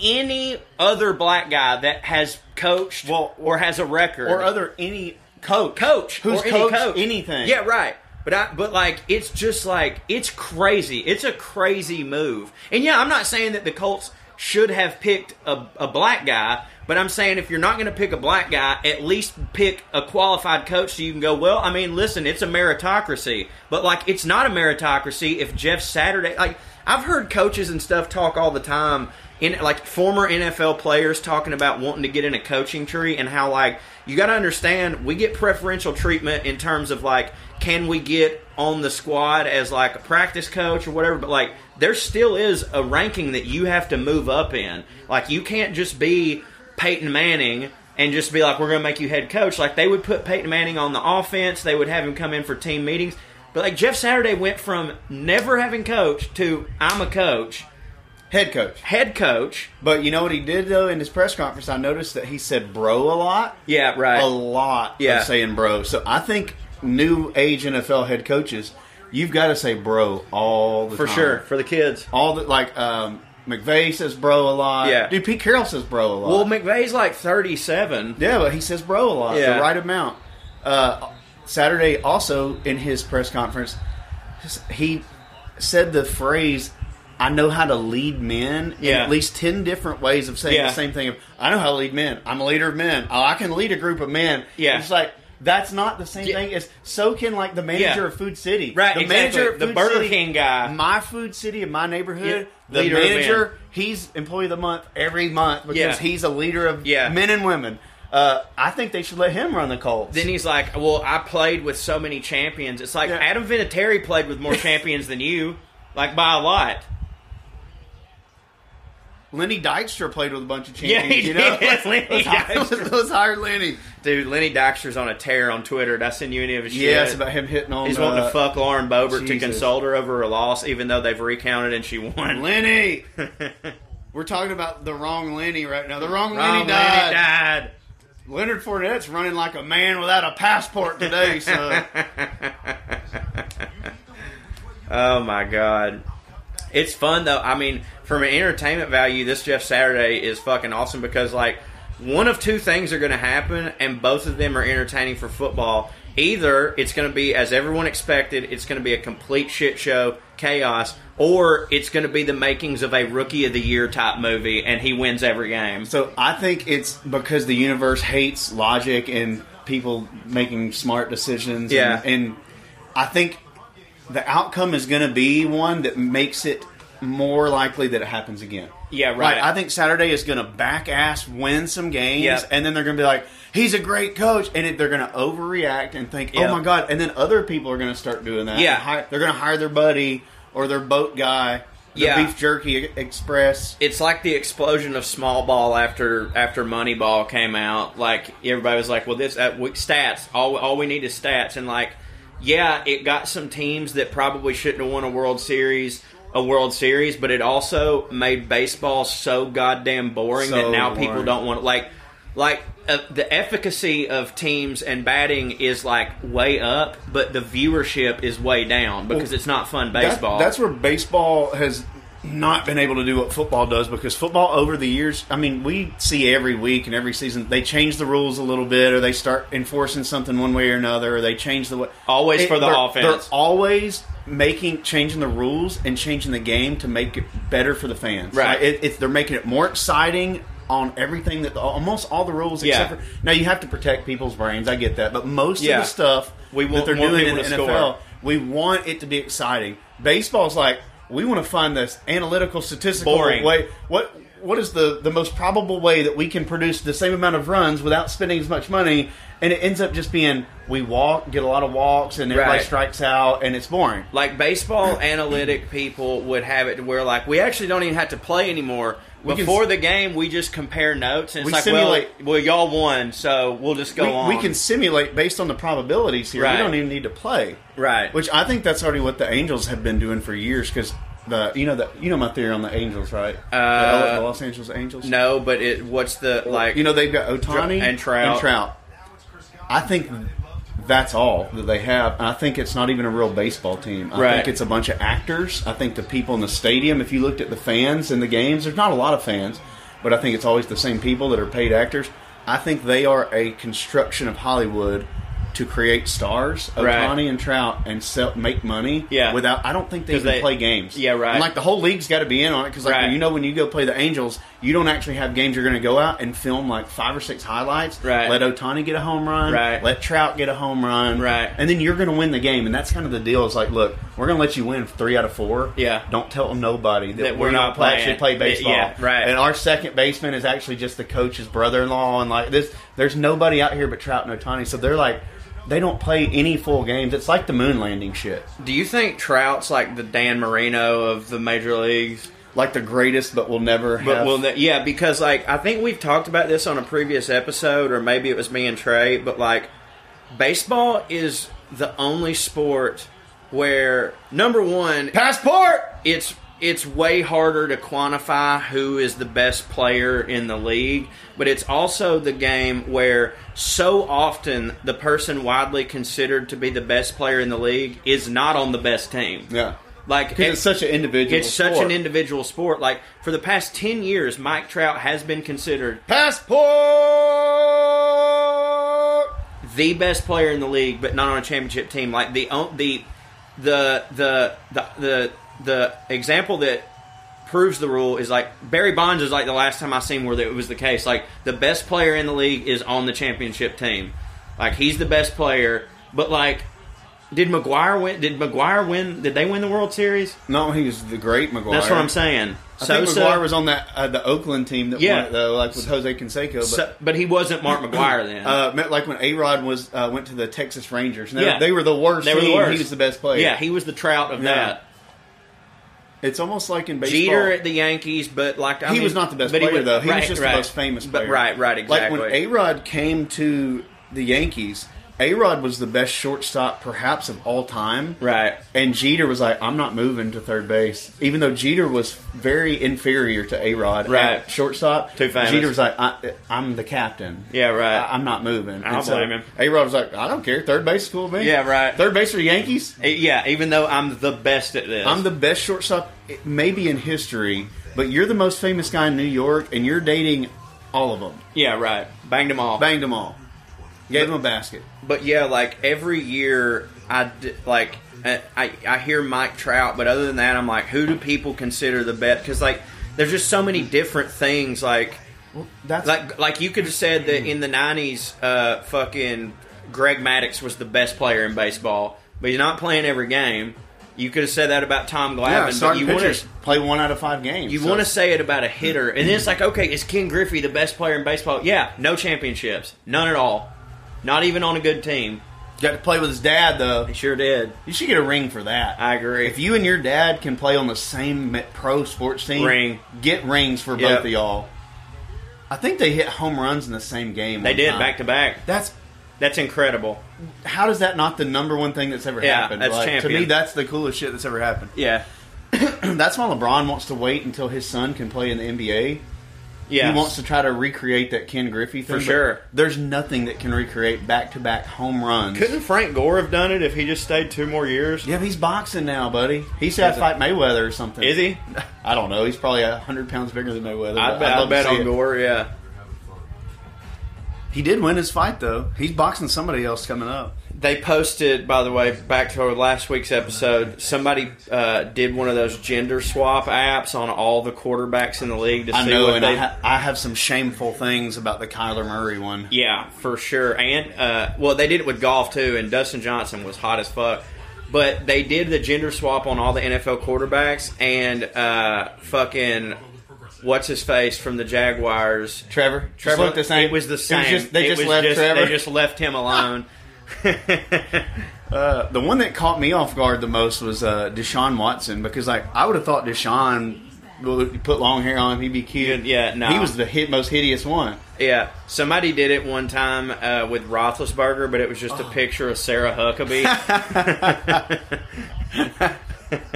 Speaker 1: any other black guy that has coached
Speaker 2: Well,
Speaker 1: or has a record
Speaker 2: or other any
Speaker 1: coach, coach,
Speaker 2: Who's
Speaker 1: or any
Speaker 2: coached
Speaker 1: coach.
Speaker 2: anything.
Speaker 1: Yeah, right. But I, but like, it's just like it's crazy. It's a crazy move. And yeah, I'm not saying that the Colts should have picked a, a black guy, but I'm saying if you're not going to pick a black guy, at least pick a qualified coach so you can go. Well, I mean, listen, it's a meritocracy, but like, it's not a meritocracy if Jeff Saturday. Like, I've heard coaches and stuff talk all the time in like former NFL players talking about wanting to get in a coaching tree and how like you got to understand we get preferential treatment in terms of like can we get on the squad as like a practice coach or whatever but like there still is a ranking that you have to move up in like you can't just be Peyton Manning and just be like we're going to make you head coach like they would put Peyton Manning on the offense they would have him come in for team meetings but like Jeff Saturday went from never having coached to I'm a coach
Speaker 2: head coach.
Speaker 1: head coach
Speaker 2: But you know what he did though in his press conference? I noticed that he said "bro" a lot.
Speaker 1: Yeah, right.
Speaker 2: A lot
Speaker 1: Yeah.
Speaker 2: of saying "bro." So I think new age NFL head coaches, you've got to say "bro" all the
Speaker 1: for
Speaker 2: time.
Speaker 1: sure for the kids.
Speaker 2: All the like um, McVay says "bro" a lot.
Speaker 1: Yeah.
Speaker 2: dude, Pete Carroll says "bro" a lot.
Speaker 1: Well, McVay's like 37.
Speaker 2: yeah, but he says "bro" a lot.
Speaker 1: Yeah.
Speaker 2: The right amount. Uh, Saturday also in his press conference, he said the phrase. I know how to lead men in
Speaker 1: Yeah.
Speaker 2: at least 10 different ways of saying
Speaker 1: Yeah.
Speaker 2: the same thing. Of, I know how to lead men. I'm a leader of men. Oh, I can lead a group of men.
Speaker 1: Yeah.
Speaker 2: It's like, that's not the same
Speaker 1: Yeah.
Speaker 2: thing as so can like the manager
Speaker 1: Yeah.
Speaker 2: of Food City.
Speaker 1: Right,
Speaker 2: The
Speaker 1: exactly.
Speaker 2: manager of
Speaker 1: The
Speaker 2: Food
Speaker 1: Burger
Speaker 2: City,
Speaker 1: King guy.
Speaker 2: My Food City in my neighborhood.
Speaker 1: Yeah, leader
Speaker 2: the
Speaker 1: of men.
Speaker 2: manager, he's employee of the month every month because
Speaker 1: Yeah.
Speaker 2: he's a leader of
Speaker 1: Yeah.
Speaker 2: men and women. Uh, I think they should let him run the Colts.
Speaker 1: Then he's like, "Well, I played with so many champions. It's like
Speaker 2: Yeah.
Speaker 1: Adam Vinatieri played with more champions than you, like by a lot."
Speaker 2: Lenny Dykstra played with a bunch of
Speaker 1: Yeah,
Speaker 2: champions.
Speaker 1: he
Speaker 2: you know?
Speaker 1: did. Lenny
Speaker 2: let's, hire,
Speaker 1: Dykstra.
Speaker 2: let's hire Lenny.
Speaker 1: Dude, Lenny Dykstra's on a tear on Twitter. Did I send you any of his shit?
Speaker 2: Yes, about him hitting on.
Speaker 1: He's wanting
Speaker 2: uh,
Speaker 1: to fuck Lauren Boebert to
Speaker 2: Jesus.
Speaker 1: console her over a loss, even though they've recounted and she won. Oh,
Speaker 2: Lenny. We're talking about the wrong Lenny right now. The wrong,
Speaker 1: Wrong
Speaker 2: Lenny, died.
Speaker 1: Lenny died.
Speaker 2: Leonard Fournette's running like a man without a passport today, so
Speaker 1: Oh my god. It's fun though. I mean, from an entertainment value, this Jeff Saturday is fucking awesome because like one of two things are going to happen and both of them are entertaining for football. Either it's going to be as everyone expected, it's going to be a complete shit show, chaos, or it's going to be the makings of a rookie of the year type movie and he wins every game.
Speaker 2: So I think it's because the universe hates logic and people making smart decisions.
Speaker 1: Yeah.
Speaker 2: and, and I think the outcome is going to be one that makes it more likely that it happens again.
Speaker 1: Yeah, right.
Speaker 2: Like, I think Saturday is going to back ass win some games,
Speaker 1: Yep.
Speaker 2: and then they're going to be like, "He's a great coach," and it, they're going to overreact and think,
Speaker 1: Yep.
Speaker 2: "Oh my god!" And then other people are going to start doing that.
Speaker 1: Yeah.
Speaker 2: And hi- they're going to hire their buddy or their boat guy, the
Speaker 1: Yeah.
Speaker 2: beef jerky express.
Speaker 1: it's like the explosion of small ball after after Moneyball came out. Like everybody was like, "Well, this that we, stats. All all we need is stats." And like, yeah, it got some teams that probably shouldn't have won a World Series a World Series, but it also made baseball so goddamn boring
Speaker 2: So
Speaker 1: that now people
Speaker 2: boring.
Speaker 1: don't want like like uh, the efficacy of teams and batting is like way up, but the viewership is way down because
Speaker 2: Well,
Speaker 1: it's not fun
Speaker 2: That-
Speaker 1: baseball.
Speaker 2: that's where baseball has not been able to do what football does because football over the years, I mean, we see every week and every season they change the rules a little bit or they start enforcing something one way or another or they change the way.
Speaker 1: Always for the
Speaker 2: they're-
Speaker 1: offense.
Speaker 2: They're always making changing the rules and changing the game to make it better for the fans.
Speaker 1: Right.
Speaker 2: Like, it, it, they're making it more exciting on everything that almost all the rules except
Speaker 1: Yeah.
Speaker 2: for now you have to protect people's brains. I get that, but most
Speaker 1: Yeah.
Speaker 2: of the stuff
Speaker 1: We
Speaker 2: that
Speaker 1: want
Speaker 2: they're
Speaker 1: more
Speaker 2: doing in
Speaker 1: people
Speaker 2: the
Speaker 1: to
Speaker 2: NFL.
Speaker 1: score.
Speaker 2: We want it to be exciting. Baseball's like we want to find this analytical, statistical
Speaker 1: Boring.
Speaker 2: way. What what is the the most probable way that we can produce the same amount of runs without spending as much money? And it ends up just being we walk, get a lot of walks, and everybody
Speaker 1: Right.
Speaker 2: strikes out, and it's boring.
Speaker 1: like baseball analytic people would have it to where like we actually don't even have to play anymore.
Speaker 2: can-
Speaker 1: Before the game, we just compare notes and it's
Speaker 2: We
Speaker 1: like,
Speaker 2: simulate-
Speaker 1: well, well, y'all won, so we'll just go
Speaker 2: we,
Speaker 1: on.
Speaker 2: we can simulate based on the probabilities here.
Speaker 1: Right.
Speaker 2: We don't even need to play.
Speaker 1: Right.
Speaker 2: Which I think that's already what the Angels have been doing for years because the you know that you know my theory on the Angels, right?
Speaker 1: Uh,
Speaker 2: the, the Los Angeles Angels.
Speaker 1: no, but it what's the like
Speaker 2: you know they've got Otani
Speaker 1: And Trout.
Speaker 2: I think that's all that they have, and I think it's not even a real baseball team. I
Speaker 1: Right.
Speaker 2: think it's a bunch of actors. I think the people in the stadium. If you looked at the fans in the games, there's not a lot of fans, but I think it's always the same people that are paid actors. I think they are a construction of Hollywood to create stars, Otani
Speaker 1: Right.
Speaker 2: and Trout, and sell, make money.
Speaker 1: Yeah.
Speaker 2: Without, I don't think they
Speaker 1: 'Cause
Speaker 2: even
Speaker 1: they-
Speaker 2: play games.
Speaker 1: Yeah, right.
Speaker 2: And like the whole league's got to be in on it because like
Speaker 1: Right.
Speaker 2: you know when you go play the Angels, you don't actually have games you're going to go out and film like five or six highlights.
Speaker 1: Right.
Speaker 2: Let Otani get a home run.
Speaker 1: Right.
Speaker 2: Let Trout get a home run.
Speaker 1: Right.
Speaker 2: And then you're going to win the game, and that's kind of the deal. Is like, look, we're going to let you win three out of four.
Speaker 1: Yeah.
Speaker 2: Don't tell nobody that,
Speaker 1: That we're
Speaker 2: we're,
Speaker 1: not
Speaker 2: not play,
Speaker 1: playing.
Speaker 2: actually play baseball.
Speaker 1: Yeah, right.
Speaker 2: And our second baseman is actually just the coach's brother-in-law, and like this, there's nobody out here but Trout and Otani. So they're like, they don't play any full games. It's like the moon landing shit.
Speaker 1: do you think Trout's like the Dan Marino of the major leagues?
Speaker 2: Like the greatest, but we'll never.
Speaker 1: But
Speaker 2: have
Speaker 1: well, that, yeah, because like I think we've talked about this on a previous episode, or maybe it was me and Trey. But like, baseball is the only sport where number one
Speaker 2: passport.
Speaker 1: it's it's way harder to quantify who is the best player in the league, but it's also the game where so often the person widely considered to be the best player in the league is not on the best team.
Speaker 2: Yeah.
Speaker 1: Like
Speaker 2: Because it's such an individual.
Speaker 1: it's such
Speaker 2: sport.
Speaker 1: an individual sport. Like for the past ten years, Mike Trout has been considered
Speaker 2: passport.
Speaker 1: the best player in the league, but not on a championship team. Like the o- the the the the the, the example that proves the rule is like Barry Bonds is like the last time I seen where that was the case. Like the best player in the league is on the championship team. Like he's the best player, but like did McGuire win? Did McGuire win? Did they win the World Series?
Speaker 2: No, he was the great McGuire.
Speaker 1: That's what I'm saying.
Speaker 2: I
Speaker 1: Sosa,
Speaker 2: think McGuire was on that uh, the Oakland team that
Speaker 1: Yeah.
Speaker 2: won it though, like with Jose Canseco. But
Speaker 1: So- but he wasn't Mark McGuire then.
Speaker 2: uh, meant like when A Rod was uh, went to the Texas Rangers, and they,
Speaker 1: Yeah.
Speaker 2: they were the worst.
Speaker 1: they were the
Speaker 2: team.
Speaker 1: worst.
Speaker 2: He was the best player.
Speaker 1: Yeah, he was the Trout of
Speaker 2: Yeah.
Speaker 1: that.
Speaker 2: it's almost like in baseball.
Speaker 1: Jeter at the Yankees, but like I
Speaker 2: he
Speaker 1: mean-
Speaker 2: was not the best
Speaker 1: but
Speaker 2: player
Speaker 1: he was,
Speaker 2: though. He
Speaker 1: right,
Speaker 2: was just
Speaker 1: right.
Speaker 2: the most famous
Speaker 1: But-
Speaker 2: player.
Speaker 1: right, right, exactly.
Speaker 2: Like when A Rod came to the Yankees, A Rod was the best shortstop perhaps of all time.
Speaker 1: Right.
Speaker 2: And Jeter was like, I'm not moving to third base, even though Jeter was very inferior to A Rod.
Speaker 1: Right.
Speaker 2: Shortstop.
Speaker 1: Too famous.
Speaker 2: Jeter was like, I, I'm the captain.
Speaker 1: Yeah, right.
Speaker 2: I, am not moving.
Speaker 1: I don't blame him.
Speaker 2: A Rod was like, I don't care. Third base is cool with me.
Speaker 1: Yeah, right.
Speaker 2: Third base for the Yankees.
Speaker 1: Eh, yeah, even though I'm the best at this,
Speaker 2: I'm the best shortstop maybe in history, but you're the most famous guy in New York, and you're dating all of them.
Speaker 1: yeah, right. Banged them all.
Speaker 2: Banged them all. Gave them a basket.
Speaker 1: But yeah, like every year, I d- like I, I I hear Mike Trout, but other than that, I'm like, who do people consider the best? Because like, there's just so many different things. Like
Speaker 2: That's
Speaker 1: Like like you could have said that in the nineties, uh, fucking Greg Maddox was the best player in baseball, but he's not playing every game. You could have said that about Tom
Speaker 2: yeah,
Speaker 1: Glavine, but
Speaker 2: starting
Speaker 1: you want
Speaker 2: pitchers
Speaker 1: to
Speaker 2: play one out of five games.
Speaker 1: you
Speaker 2: so-
Speaker 1: want to say it about a hitter, and then it's like, okay, is Ken Griffey the best player in baseball? Yeah, no championships, none at all, not even on a good team.
Speaker 2: got to play with his dad though.
Speaker 1: He sure did.
Speaker 2: You should get a ring for that.
Speaker 1: I agree.
Speaker 2: If you and your dad can play on the same me- pro sports team,
Speaker 1: Ring.
Speaker 2: get rings for
Speaker 1: Yep.
Speaker 2: both of y'all. I think they hit home runs in the same game.
Speaker 1: they
Speaker 2: one
Speaker 1: did
Speaker 2: time.
Speaker 1: back to back.
Speaker 2: That's
Speaker 1: That's incredible.
Speaker 2: how is that not the number one thing that's ever
Speaker 1: Yeah,
Speaker 2: happened?
Speaker 1: that's
Speaker 2: Like, To
Speaker 1: champion.
Speaker 2: me, that's the coolest shit that's ever happened.
Speaker 1: Yeah,
Speaker 2: that's why LeBron wants to wait until his son can play in the NBA.
Speaker 1: yeah.
Speaker 2: He wants to try to recreate that Ken Griffey thing.
Speaker 1: For
Speaker 2: but
Speaker 1: sure.
Speaker 2: There's nothing that can recreate back to back home runs.
Speaker 1: Couldn't Frank Gore have done it if he just stayed two more years?
Speaker 2: Yeah, but he's boxing now, buddy. He's had to
Speaker 1: Is
Speaker 2: fight Mayweather or something.
Speaker 1: Is he?
Speaker 2: I don't know. He's probably a hundred pounds bigger than Mayweather.
Speaker 1: I
Speaker 2: but
Speaker 1: bet.
Speaker 2: I'd
Speaker 1: I
Speaker 2: love to
Speaker 1: bet
Speaker 2: see
Speaker 1: on
Speaker 2: it.
Speaker 1: Gore. Yeah.
Speaker 2: He did win his fight though. He's boxing somebody else coming up.
Speaker 1: They posted, by the way, back to our last week's episode. Somebody uh, did one of those gender swap apps on all the quarterbacks in the league to
Speaker 2: I
Speaker 1: see
Speaker 2: know,
Speaker 1: what
Speaker 2: and
Speaker 1: they.
Speaker 2: I, ha- I have some shameful things about the Kyler Murray one.
Speaker 1: yeah, for sure. And uh, well, they did it with golf too, and Dustin Johnson was hot as fuck. But they did the gender swap on all the NFL quarterbacks, and uh, fucking what's his face from the Jaguars,
Speaker 2: Trevor, just
Speaker 1: Trevor
Speaker 2: looked the same.
Speaker 1: It was the
Speaker 2: was
Speaker 1: same.
Speaker 2: just- they
Speaker 1: It
Speaker 2: just
Speaker 1: was
Speaker 2: left Trevor.
Speaker 1: They just left him alone.
Speaker 2: Uh, the one that caught me off guard the most was uh, Deshaun Watson because like I would have thought Deshaun, well, if you put long hair on him, he'd be cute.
Speaker 1: Yeah, no.
Speaker 2: he was the hit, most hideous one.
Speaker 1: Yeah, somebody did it one time uh, with Roethlisberger, but it was just
Speaker 2: Oh.
Speaker 1: a picture of Sarah Huckabee.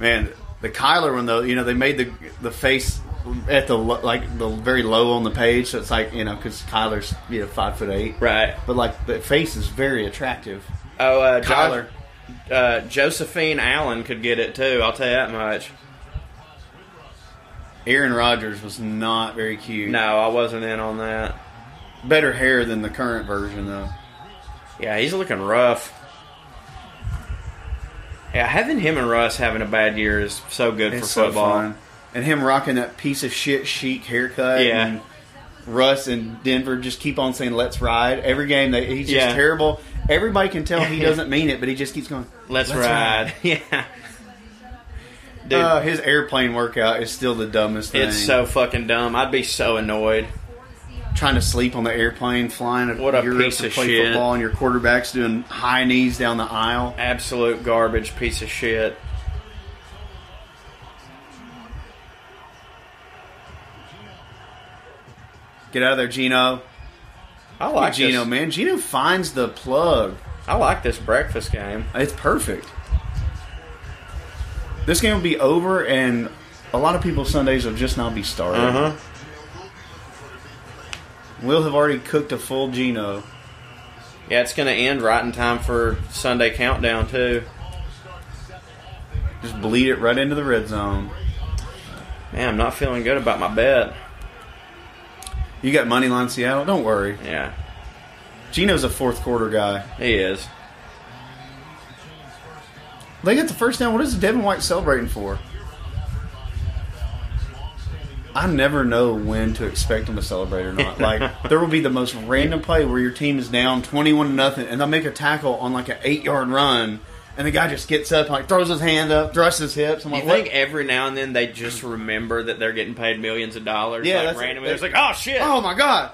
Speaker 2: Man, the Kyler one though, you know, they made the the face at the lo- like the very low on the page, so it's like you know because Kyler's you know five foot eight,
Speaker 1: right.
Speaker 2: But like the face is very attractive.
Speaker 1: Oh, uh, Jo-
Speaker 2: Kyler.
Speaker 1: uh, Josephine Allen could get it too. I'll tell you that much.
Speaker 2: Aaron Rodgers was not very cute.
Speaker 1: No, I wasn't in on that.
Speaker 2: better hair than the current version though.
Speaker 1: Yeah, he's looking rough. Yeah, having him and Russ having a bad year is so good
Speaker 2: It's
Speaker 1: for
Speaker 2: so
Speaker 1: football.
Speaker 2: fun. And him rocking that piece of shit chic haircut.
Speaker 1: Yeah.
Speaker 2: And Russ and Denver just keep on saying "Let's ride." Every game, they, he's just
Speaker 1: Yeah.
Speaker 2: terrible. Everybody can tell he doesn't mean it, but he just keeps going.
Speaker 1: Let's, ride. yeah. Dude,
Speaker 2: Uh, his airplane workout is still the dumbest thing.
Speaker 1: it's so fucking dumb. I'd be so annoyed.
Speaker 2: trying to sleep on the airplane, flying to
Speaker 1: What a
Speaker 2: Europe
Speaker 1: piece
Speaker 2: to
Speaker 1: of
Speaker 2: play
Speaker 1: shit.
Speaker 2: football, and your quarterback's doing high knees down the aisle.
Speaker 1: Absolute garbage piece of shit.
Speaker 2: Get out of there, Gino.
Speaker 1: I
Speaker 2: Like
Speaker 1: like
Speaker 2: Gino,
Speaker 1: this.
Speaker 2: man. Gino finds the plug.
Speaker 1: I like this breakfast game.
Speaker 2: It's perfect. This game will be over, and a lot of people's Sundays will just now be started. We'll have already cooked a full Gino.
Speaker 1: Yeah, it's going to end right in time for Sunday countdown too.
Speaker 2: Just bleed it right into the red zone.
Speaker 1: Man, I'm not feeling good about my bet.
Speaker 2: You got money line Seattle. Don't worry.
Speaker 1: Yeah,
Speaker 2: Gino's a fourth quarter guy.
Speaker 1: he is.
Speaker 2: They got the first down. What is Devin White celebrating for? I never know when to expect them to celebrate or not. Like there will be the most random play where your team is down twenty-one to nothing, and they'll make a tackle on like an eight-yard run, and the guy just gets up, like throws his hand up, thrusts his hips. I'm
Speaker 1: You
Speaker 2: like,
Speaker 1: think
Speaker 2: what?
Speaker 1: every now and then they just remember that they're getting paid millions of dollars?
Speaker 2: Yeah,
Speaker 1: like
Speaker 2: that's-
Speaker 1: randomly. It's like, oh shit!
Speaker 2: Oh my god!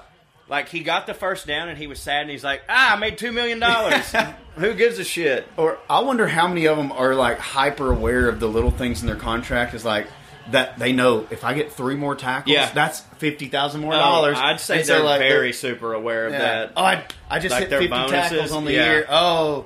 Speaker 1: Like he got the first down and he was sad and he's like, ah, I made two million dollars. Who gives a shit?
Speaker 2: Or I wonder how many of them are like hyper aware of the little things in their contract. Is like that they know if I get three more tackles,
Speaker 1: Yeah.
Speaker 2: that's fifty thousand more
Speaker 1: Oh,
Speaker 2: dollars.
Speaker 1: I'd say
Speaker 2: And so,
Speaker 1: they're
Speaker 2: like,
Speaker 1: very super aware of
Speaker 2: Yeah.
Speaker 1: that.
Speaker 2: Oh, I, I just
Speaker 1: Like
Speaker 2: hit
Speaker 1: their
Speaker 2: 50
Speaker 1: bonuses?
Speaker 2: tackles on the
Speaker 1: Yeah.
Speaker 2: year. Oh,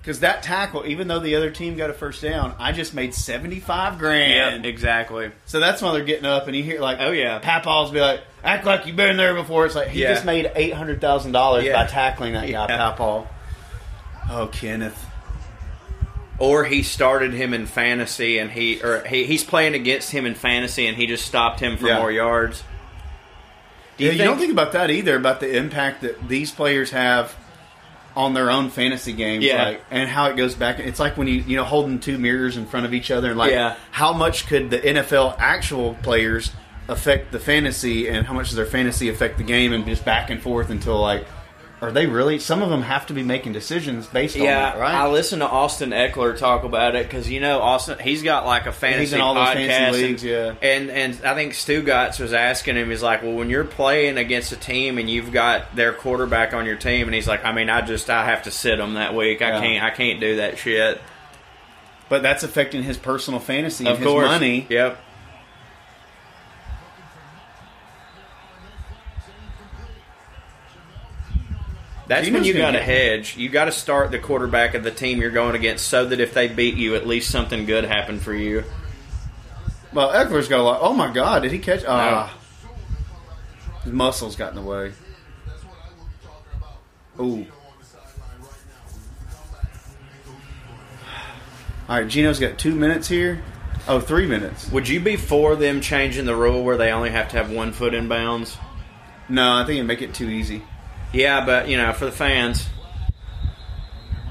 Speaker 2: because that tackle, even though the other team got a first down, I just made 75 grand.
Speaker 1: exactly.
Speaker 2: So that's why they're getting up, and you hear like,
Speaker 1: Oh, yeah.
Speaker 2: Papaw's be like, act like you've been there before. It's like, he
Speaker 1: Yeah.
Speaker 2: just made $800,000
Speaker 1: Yeah.
Speaker 2: by tackling that guy,
Speaker 1: Yeah.
Speaker 2: Papaw. Oh, Kenneth.
Speaker 1: or he started him in fantasy and he or he, he's playing against him in fantasy and he just stopped him for
Speaker 2: Yeah.
Speaker 1: more yards. Do
Speaker 2: yeah, you don't think about that either, about the impact that these players have on their own fantasy games,
Speaker 1: Yeah.
Speaker 2: like, and how it goes back. It's like when you you know holding two mirrors in front of each other, and like
Speaker 1: Yeah.
Speaker 2: how much could the NFL actual players affect the fantasy and how much does their fantasy affect the game and just back and forth until like are they really some of them have to be making decisions based on
Speaker 1: Yeah,
Speaker 2: that, right?
Speaker 1: I listened to Austin Eckler talk about it because you know Austin, he's got like a fantasy
Speaker 2: in all those
Speaker 1: podcast,
Speaker 2: fantasy leagues,
Speaker 1: and,
Speaker 2: yeah.
Speaker 1: and and I think Stu Gotts was asking him, he's like, well, when you're playing against a team and you've got their quarterback on your team, and he's like, I mean, I just I have to sit him that week. I
Speaker 2: Yeah.
Speaker 1: can't I can't do that shit.
Speaker 2: but that's affecting his personal fantasy and
Speaker 1: Of
Speaker 2: his
Speaker 1: course,
Speaker 2: money.
Speaker 1: Yep. That's when
Speaker 2: Geno's
Speaker 1: you
Speaker 2: gonna
Speaker 1: got to
Speaker 2: get-
Speaker 1: hedge. You got to start the quarterback of the team you're going against, so that if they beat you, at least something good happened for you.
Speaker 2: Well, Eckler's got a lot. Oh my God, did he catch? Ah, his muscles got in the way. Ooh. All right, Gino's got two minutes here. Oh, three minutes.
Speaker 1: Would you be for them changing the rule where they only have to have one foot in bounds?
Speaker 2: No, I think it'd make it too easy.
Speaker 1: Yeah, but you know, for the fans,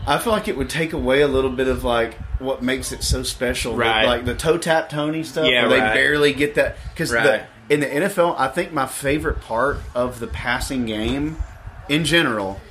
Speaker 2: I feel like it would take away a little bit of like what makes it so special,
Speaker 1: Right.
Speaker 2: Like the toe tap Tony stuff,
Speaker 1: Yeah,
Speaker 2: where
Speaker 1: right.
Speaker 2: they barely get that because
Speaker 1: Right.
Speaker 2: in the NFL, I think my favorite part of the passing game in general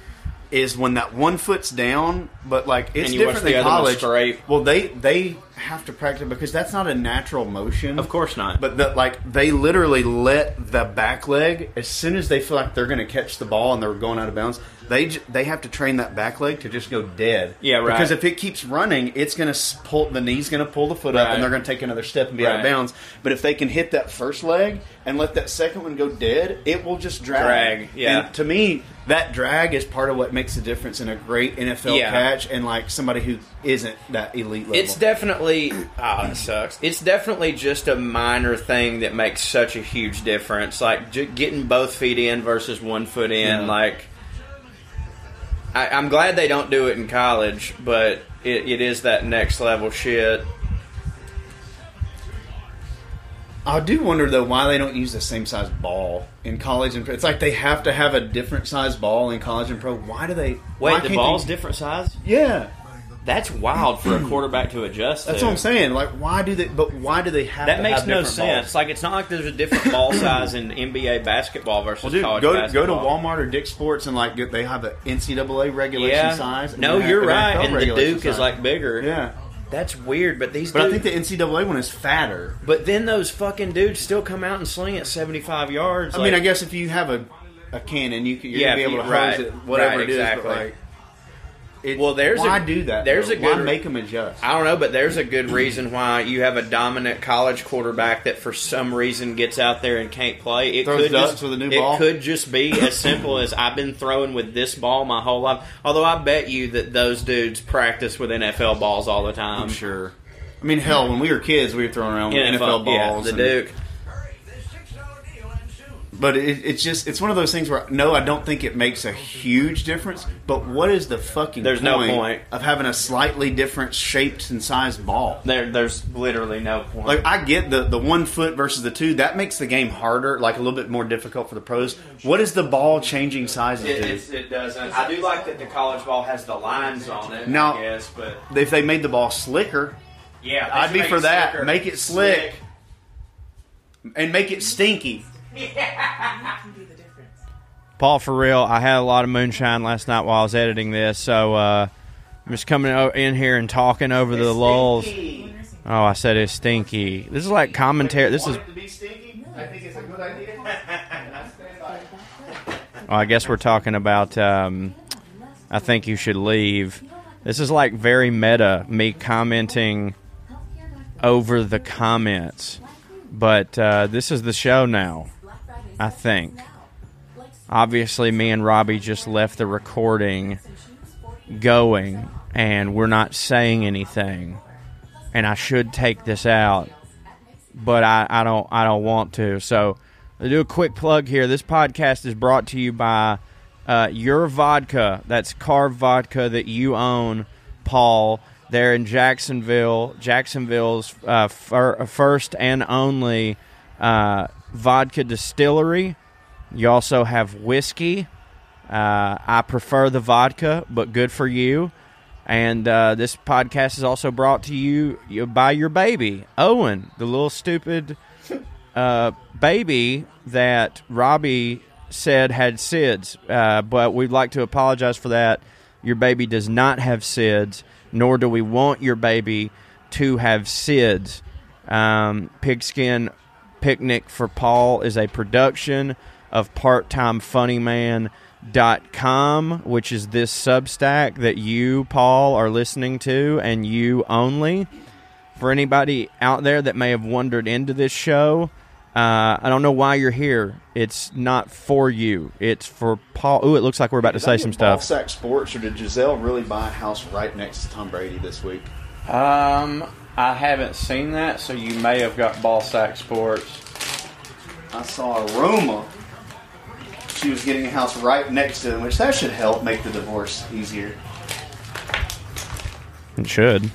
Speaker 2: is when that one foot's down, but like it's
Speaker 1: And you watch
Speaker 2: different
Speaker 1: the
Speaker 2: than
Speaker 1: other one
Speaker 2: college.
Speaker 1: straight.
Speaker 2: Well, they they have to practice because that's not a natural motion,
Speaker 1: of course not.
Speaker 2: But that like they literally let the back leg as soon as they feel like they're going to catch the ball and they're going out of bounds, they j- they have to train that back leg to just go dead.
Speaker 1: Yeah, right.
Speaker 2: Because if it keeps running, it's going to pull the knee's going to pull the foot up
Speaker 1: Right.
Speaker 2: and they're going to take another step and be out of
Speaker 1: Right.
Speaker 2: bounds. But if they can hit that first leg and let that second one go dead, it will just drag.
Speaker 1: Drag, yeah.
Speaker 2: And to me, that drag is part of what makes the difference in a great NFL
Speaker 1: Yeah.
Speaker 2: catch and like somebody who isn't that elite level.
Speaker 1: It's definitely ah, it sucks. It's definitely just a minor thing that makes such a huge difference. Like j- getting both feet in versus one foot in.
Speaker 2: Yeah.
Speaker 1: Like, I, I'm glad they don't do it in college, but it, it is that next level shit.
Speaker 2: I do wonder though why they don't use the same size ball in college and pro. It's like they have to have a different size ball in college and pro. Why do they?
Speaker 1: Wait,
Speaker 2: why can't
Speaker 1: the
Speaker 2: they-
Speaker 1: ball's different size.
Speaker 2: Yeah,
Speaker 1: That's wild for a quarterback to adjust.
Speaker 2: that's
Speaker 1: to.
Speaker 2: what I'm saying. Like, why do they? But why do they have?
Speaker 1: That
Speaker 2: to
Speaker 1: makes
Speaker 2: have
Speaker 1: no
Speaker 2: different
Speaker 1: sense.
Speaker 2: balls?
Speaker 1: Like it's not like there's a different ball size in NBA basketball versus
Speaker 2: Well, dude,
Speaker 1: college
Speaker 2: go
Speaker 1: basketball.
Speaker 2: go to Walmart or Dick's Sports and like get- they have the NCAA regulation
Speaker 1: Yeah.
Speaker 2: size. and
Speaker 1: No,
Speaker 2: they have
Speaker 1: you're
Speaker 2: an
Speaker 1: right.
Speaker 2: NFL
Speaker 1: And the
Speaker 2: regulation
Speaker 1: Duke
Speaker 2: size.
Speaker 1: is like bigger.
Speaker 2: yeah.
Speaker 1: That's weird, but these.
Speaker 2: But I
Speaker 1: dudes,
Speaker 2: think the NCAA one is fatter.
Speaker 1: But then those fucking dudes still come out and sling at seventy five yards.
Speaker 2: I mean, I guess if you have a a cannon, you can, you're
Speaker 1: Yeah,
Speaker 2: gonna
Speaker 1: if
Speaker 2: be able
Speaker 1: you-
Speaker 2: to hose
Speaker 1: right,
Speaker 2: it, whatever
Speaker 1: right,
Speaker 2: it is.
Speaker 1: exactly.
Speaker 2: But like, it,
Speaker 1: Well, there's a-
Speaker 2: why do that?
Speaker 1: there's
Speaker 2: though?
Speaker 1: a good-
Speaker 2: why make them adjust.
Speaker 1: I don't know, but there's a good reason why you have a dominant college quarterback that for some reason gets out there and can't play. It
Speaker 2: Throws
Speaker 1: could
Speaker 2: ducks
Speaker 1: just,
Speaker 2: with a new
Speaker 1: it
Speaker 2: ball.
Speaker 1: could just be as simple as I've been throwing with this ball my whole life. Although I bet you that those dudes practice with NFL balls all the time.
Speaker 2: I'm sure. Um, I mean, hell, when we were kids, we were throwing around with NFL,
Speaker 1: yeah,
Speaker 2: balls.
Speaker 1: the
Speaker 2: and-
Speaker 1: Duke.
Speaker 2: But it, it's just, it's one of those things where, no, I don't think it makes a huge difference. But what is the fucking
Speaker 1: There's no point.
Speaker 2: of having a slightly different shaped and sized ball?
Speaker 1: There, there's literally no point.
Speaker 2: Like, I get the, the one foot versus the two. That makes the game harder, like a little bit more difficult for the pros. What is the ball changing sizes
Speaker 1: It,
Speaker 2: do?
Speaker 1: it's- it doesn't. I do like that the college ball has the lines on it.
Speaker 2: Now-
Speaker 1: I guess, but
Speaker 2: If they made the ball slicker,
Speaker 1: yeah, they
Speaker 2: I'd
Speaker 1: should
Speaker 2: be
Speaker 1: make
Speaker 2: for
Speaker 1: it
Speaker 2: that.
Speaker 1: slicker.
Speaker 2: Make it slick. and make it stinky.
Speaker 3: Paul, for real, I had a lot of moonshine last night while I was editing this, so uh, I'm just coming o- in here and talking over the lulls. Oh, I said it's stinky. This is like commentary. This is.
Speaker 2: to be stinky? I think it's a good idea.
Speaker 3: Well, oh, I guess we're talking about. Um, I think you should leave. This is like very meta. Me commenting over the comments, but uh, this is the show now. I think. Obviously, me and Robbie just left the recording going, and we're not saying anything. And I should take this out, but I, I don't I don't want to. So I'll do a quick plug here. This podcast is brought to you by uh, Your Vodka. That's Carve Vodka that you own, Paul. They're in Jacksonville, Jacksonville's uh, fir- first and only uh, vodka distillery. You also have whiskey. Uh, I prefer the vodka, but good for you. And uh, this podcast is also brought to you you- by your baby, Owen, the little stupid uh, baby that Robbie said had SIDS, uh, but we'd like to apologize for that. Your baby does not have SIDS, nor do we want your baby to have SIDS. Um, Pigskin Picnic for Paul is a production of parttimefunnyman.com, which is this Substack that you, Paul, are listening to and you only for anybody out there that may have wandered into this show, uh, I don't know why you're here. It's not for you. It's for Paul. Ooh, it looks like we're about to say some stuff.
Speaker 2: Sack Sports or did Giselle really buy a house right next to Tom Brady this week?
Speaker 1: Um, I haven't seen that, so you may have got ball sack sports.
Speaker 2: I saw a rumor she was getting a house right next to him, which that should help make the divorce easier.
Speaker 3: It should.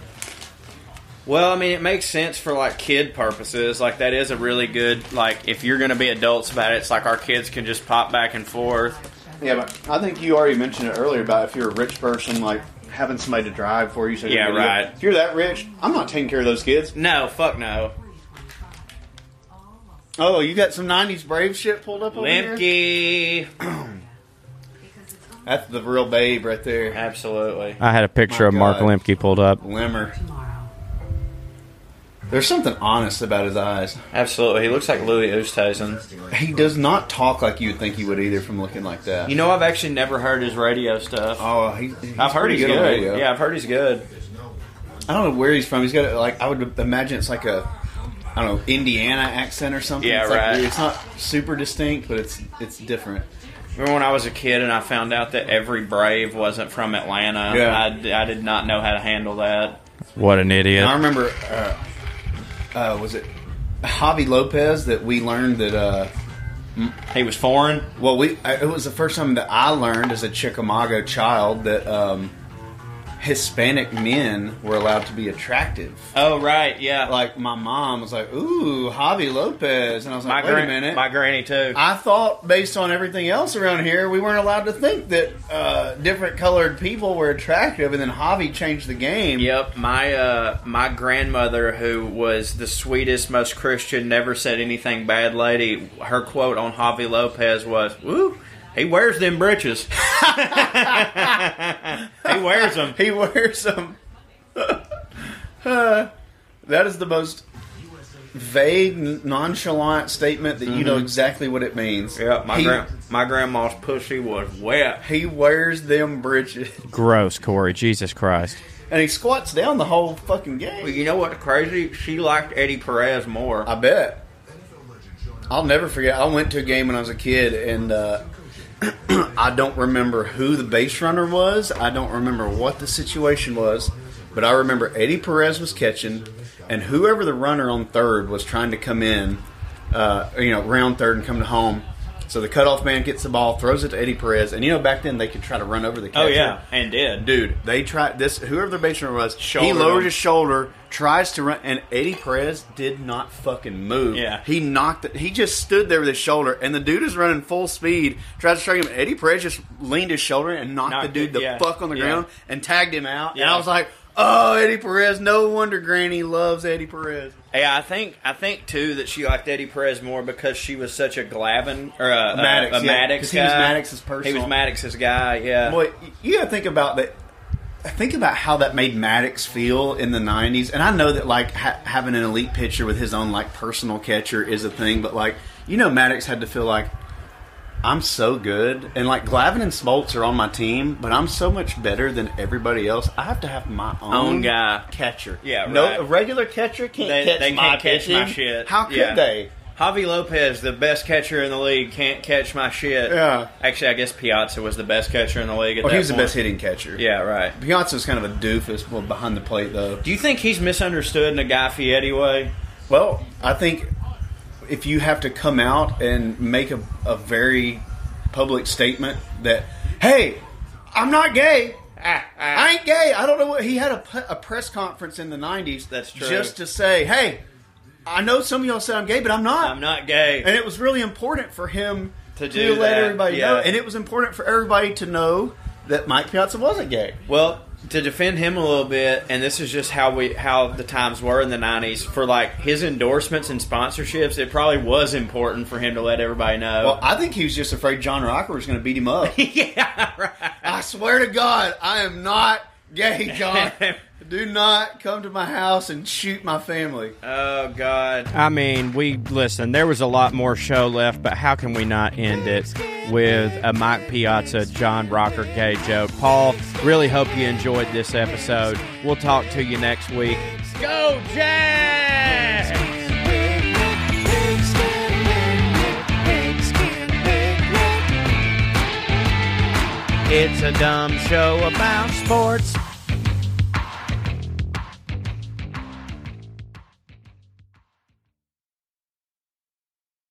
Speaker 1: Well, I mean, it makes sense for like kid purposes. Like that is a really good like if you're going to be adults about it, it's like our kids can just pop back and forth.
Speaker 2: Yeah, but I think you already mentioned it earlier about if you're a rich person, like having somebody to drive for you. So you're
Speaker 1: Yeah,
Speaker 2: gonna-
Speaker 1: right.
Speaker 2: If you're that rich, I'm not taking care of those kids.
Speaker 1: No, fuck no.
Speaker 2: Oh, you got some '90s Brave shit pulled up over here.
Speaker 1: Limpy.
Speaker 2: That's the real babe right there.
Speaker 1: Absolutely.
Speaker 3: I had a picture
Speaker 2: My
Speaker 3: of Mark
Speaker 2: God.
Speaker 3: Lemke pulled up.
Speaker 2: Limmer. There's something honest about his eyes.
Speaker 1: Absolutely. He looks like Louis Oosthuizen.
Speaker 2: He does not talk like you would think he would either from looking like that.
Speaker 1: You know, I've actually never heard his radio stuff.
Speaker 2: oh, he, he's
Speaker 1: I've heard
Speaker 2: pretty
Speaker 1: he's
Speaker 2: good
Speaker 1: good.
Speaker 2: on radio.
Speaker 1: Yeah, I've heard he's good.
Speaker 2: I don't know where he's from. He's got like I would imagine it's like a I don't know Indiana accent or something.
Speaker 1: Yeah,
Speaker 2: it's like
Speaker 1: right.
Speaker 2: weird. It's not super distinct, but it's it's different.
Speaker 1: Remember when I was a kid and I found out that every Brave wasn't from Atlanta?
Speaker 2: Yeah.
Speaker 1: I, I did not know how to handle that.
Speaker 3: What an idiot.
Speaker 2: And I remember uh, uh, was it Javi Lopez that we learned that uh,
Speaker 1: He was foreign.
Speaker 2: well we I, it was the first time that I learned as a Chickamauga child that um, Hispanic men were allowed to be attractive.
Speaker 1: Oh, right. Yeah.
Speaker 2: Like my mom was like, "Ooh, Javi Lopez," and I was
Speaker 1: my,
Speaker 2: like, "Wait
Speaker 1: gran-
Speaker 2: a minute."
Speaker 1: my granny, too.
Speaker 2: I thought, based on everything else around here, we weren't allowed to think that uh, different colored people were attractive, and then Javi changed the game.
Speaker 1: Yep, my uh, my grandmother, who was the sweetest, most Christian, never said anything bad lady. Her quote on Javi Lopez was, "Woo, he wears them britches. he wears them."
Speaker 2: He wears some. that is the most vague, nonchalant statement that you know exactly what it means.
Speaker 1: Yep, my
Speaker 2: he,
Speaker 1: gran- my grandma's pussy was wet.
Speaker 2: he wears them britches,
Speaker 3: Gross, Corey. Jesus Christ.
Speaker 2: and he squats down the whole fucking game.
Speaker 1: Well, you know what's crazy? She liked Eddie Perez more.
Speaker 2: I bet. I'll never forget. I went to a game when I was a kid, and uh, I don't remember who the base runner was. I don't remember what the situation was, but I remember Eddie Perez was catching, and whoever the runner on third was trying to come in, uh, you know, round third and come to home. So the cutoff man gets the ball, throws it to Eddie Perez, and you know back then they could try to run over the catcher.
Speaker 1: oh yeah, and did
Speaker 2: Dude, they tried this. Whoever the base runner was, he
Speaker 1: Shouldered
Speaker 2: lowered
Speaker 1: him.
Speaker 2: his shoulder, tries to run, and Eddie Perez did not fucking move.
Speaker 1: Yeah.
Speaker 2: he knocked it. He just stood there with his shoulder, and the dude is running full speed, tried to strike him. and Eddie Perez just leaned his shoulder and knocked,
Speaker 1: Knocked
Speaker 2: the dude
Speaker 1: it,
Speaker 2: the
Speaker 1: yeah.
Speaker 2: fuck on the
Speaker 1: Yeah.
Speaker 2: ground and tagged him out. And
Speaker 1: Yeah.
Speaker 2: I was like, "Oh, Eddie Perez! No wonder Granny loves Eddie Perez."
Speaker 1: Yeah, I think I think too that she liked Eddie Perez more because she was such a Glavin or a, a
Speaker 2: Maddox,
Speaker 1: Maddox, a Maddox
Speaker 2: yeah, 'cause he was
Speaker 1: guy.
Speaker 2: Maddox's personal.
Speaker 1: He was Maddox's guy. Yeah,
Speaker 2: Boy, you gotta think about that. Think about how that made Maddox feel in the '90s, and I know that like ha- having an elite pitcher with his own like personal catcher is a thing, but like you know, Maddox had to feel like I'm so good, and like Glavin and Smoltz are on my team, but I'm so much better than everybody else. I have to have my own,
Speaker 1: Own guy.
Speaker 2: catcher.
Speaker 1: Yeah,
Speaker 2: no,
Speaker 1: right.
Speaker 2: a regular catcher can't
Speaker 1: They-
Speaker 2: catch
Speaker 1: they
Speaker 2: my
Speaker 1: can't catch my
Speaker 2: pitching.
Speaker 1: shit.
Speaker 2: How could
Speaker 1: Yeah.
Speaker 2: they?
Speaker 1: Javi Lopez, the best catcher in the league, can't catch my shit.
Speaker 2: Yeah.
Speaker 1: actually, I guess Piazza was the best catcher in the league. At
Speaker 2: Well,
Speaker 1: that
Speaker 2: he was the
Speaker 1: point.
Speaker 2: best hitting catcher.
Speaker 1: Yeah, right.
Speaker 2: Beyonce's kind of a doofus well, behind the plate though.
Speaker 1: Do you think he's misunderstood in a Guy Fieri way?
Speaker 2: Well, I think if you have to come out and make a, a very public statement that, hey, I'm not gay. I ain't gay. I don't know what. He had a, p- a press conference in the 90s.
Speaker 1: That's true.
Speaker 2: Just to say, hey, I know some of y'all said I'm gay, but I'm not.
Speaker 1: I'm not gay.
Speaker 2: And it was really important for him
Speaker 1: To do
Speaker 2: let
Speaker 1: that,
Speaker 2: everybody
Speaker 1: yeah.
Speaker 2: know. And it was important for everybody to know that Mike Piazza wasn't gay.
Speaker 1: Well,
Speaker 6: to defend him a little bit, and this is just how we how the times were in the '90s for like his endorsements and sponsorships. It probably was important for him to let everybody know.
Speaker 2: Well, I think he was just afraid John Rocker was going to beat him up.
Speaker 6: yeah, right.
Speaker 2: I swear to God, I am not gay, John. Do not come to my house and shoot my family.
Speaker 6: Oh God.
Speaker 1: I mean, we listen. There was a lot more show left, but how can we not end it with a Mike Piazza, John Rocker gay joke? Paul, really hope you enjoyed this episode. We'll talk to you next week. Go Jazz! It's a dumb show about sports.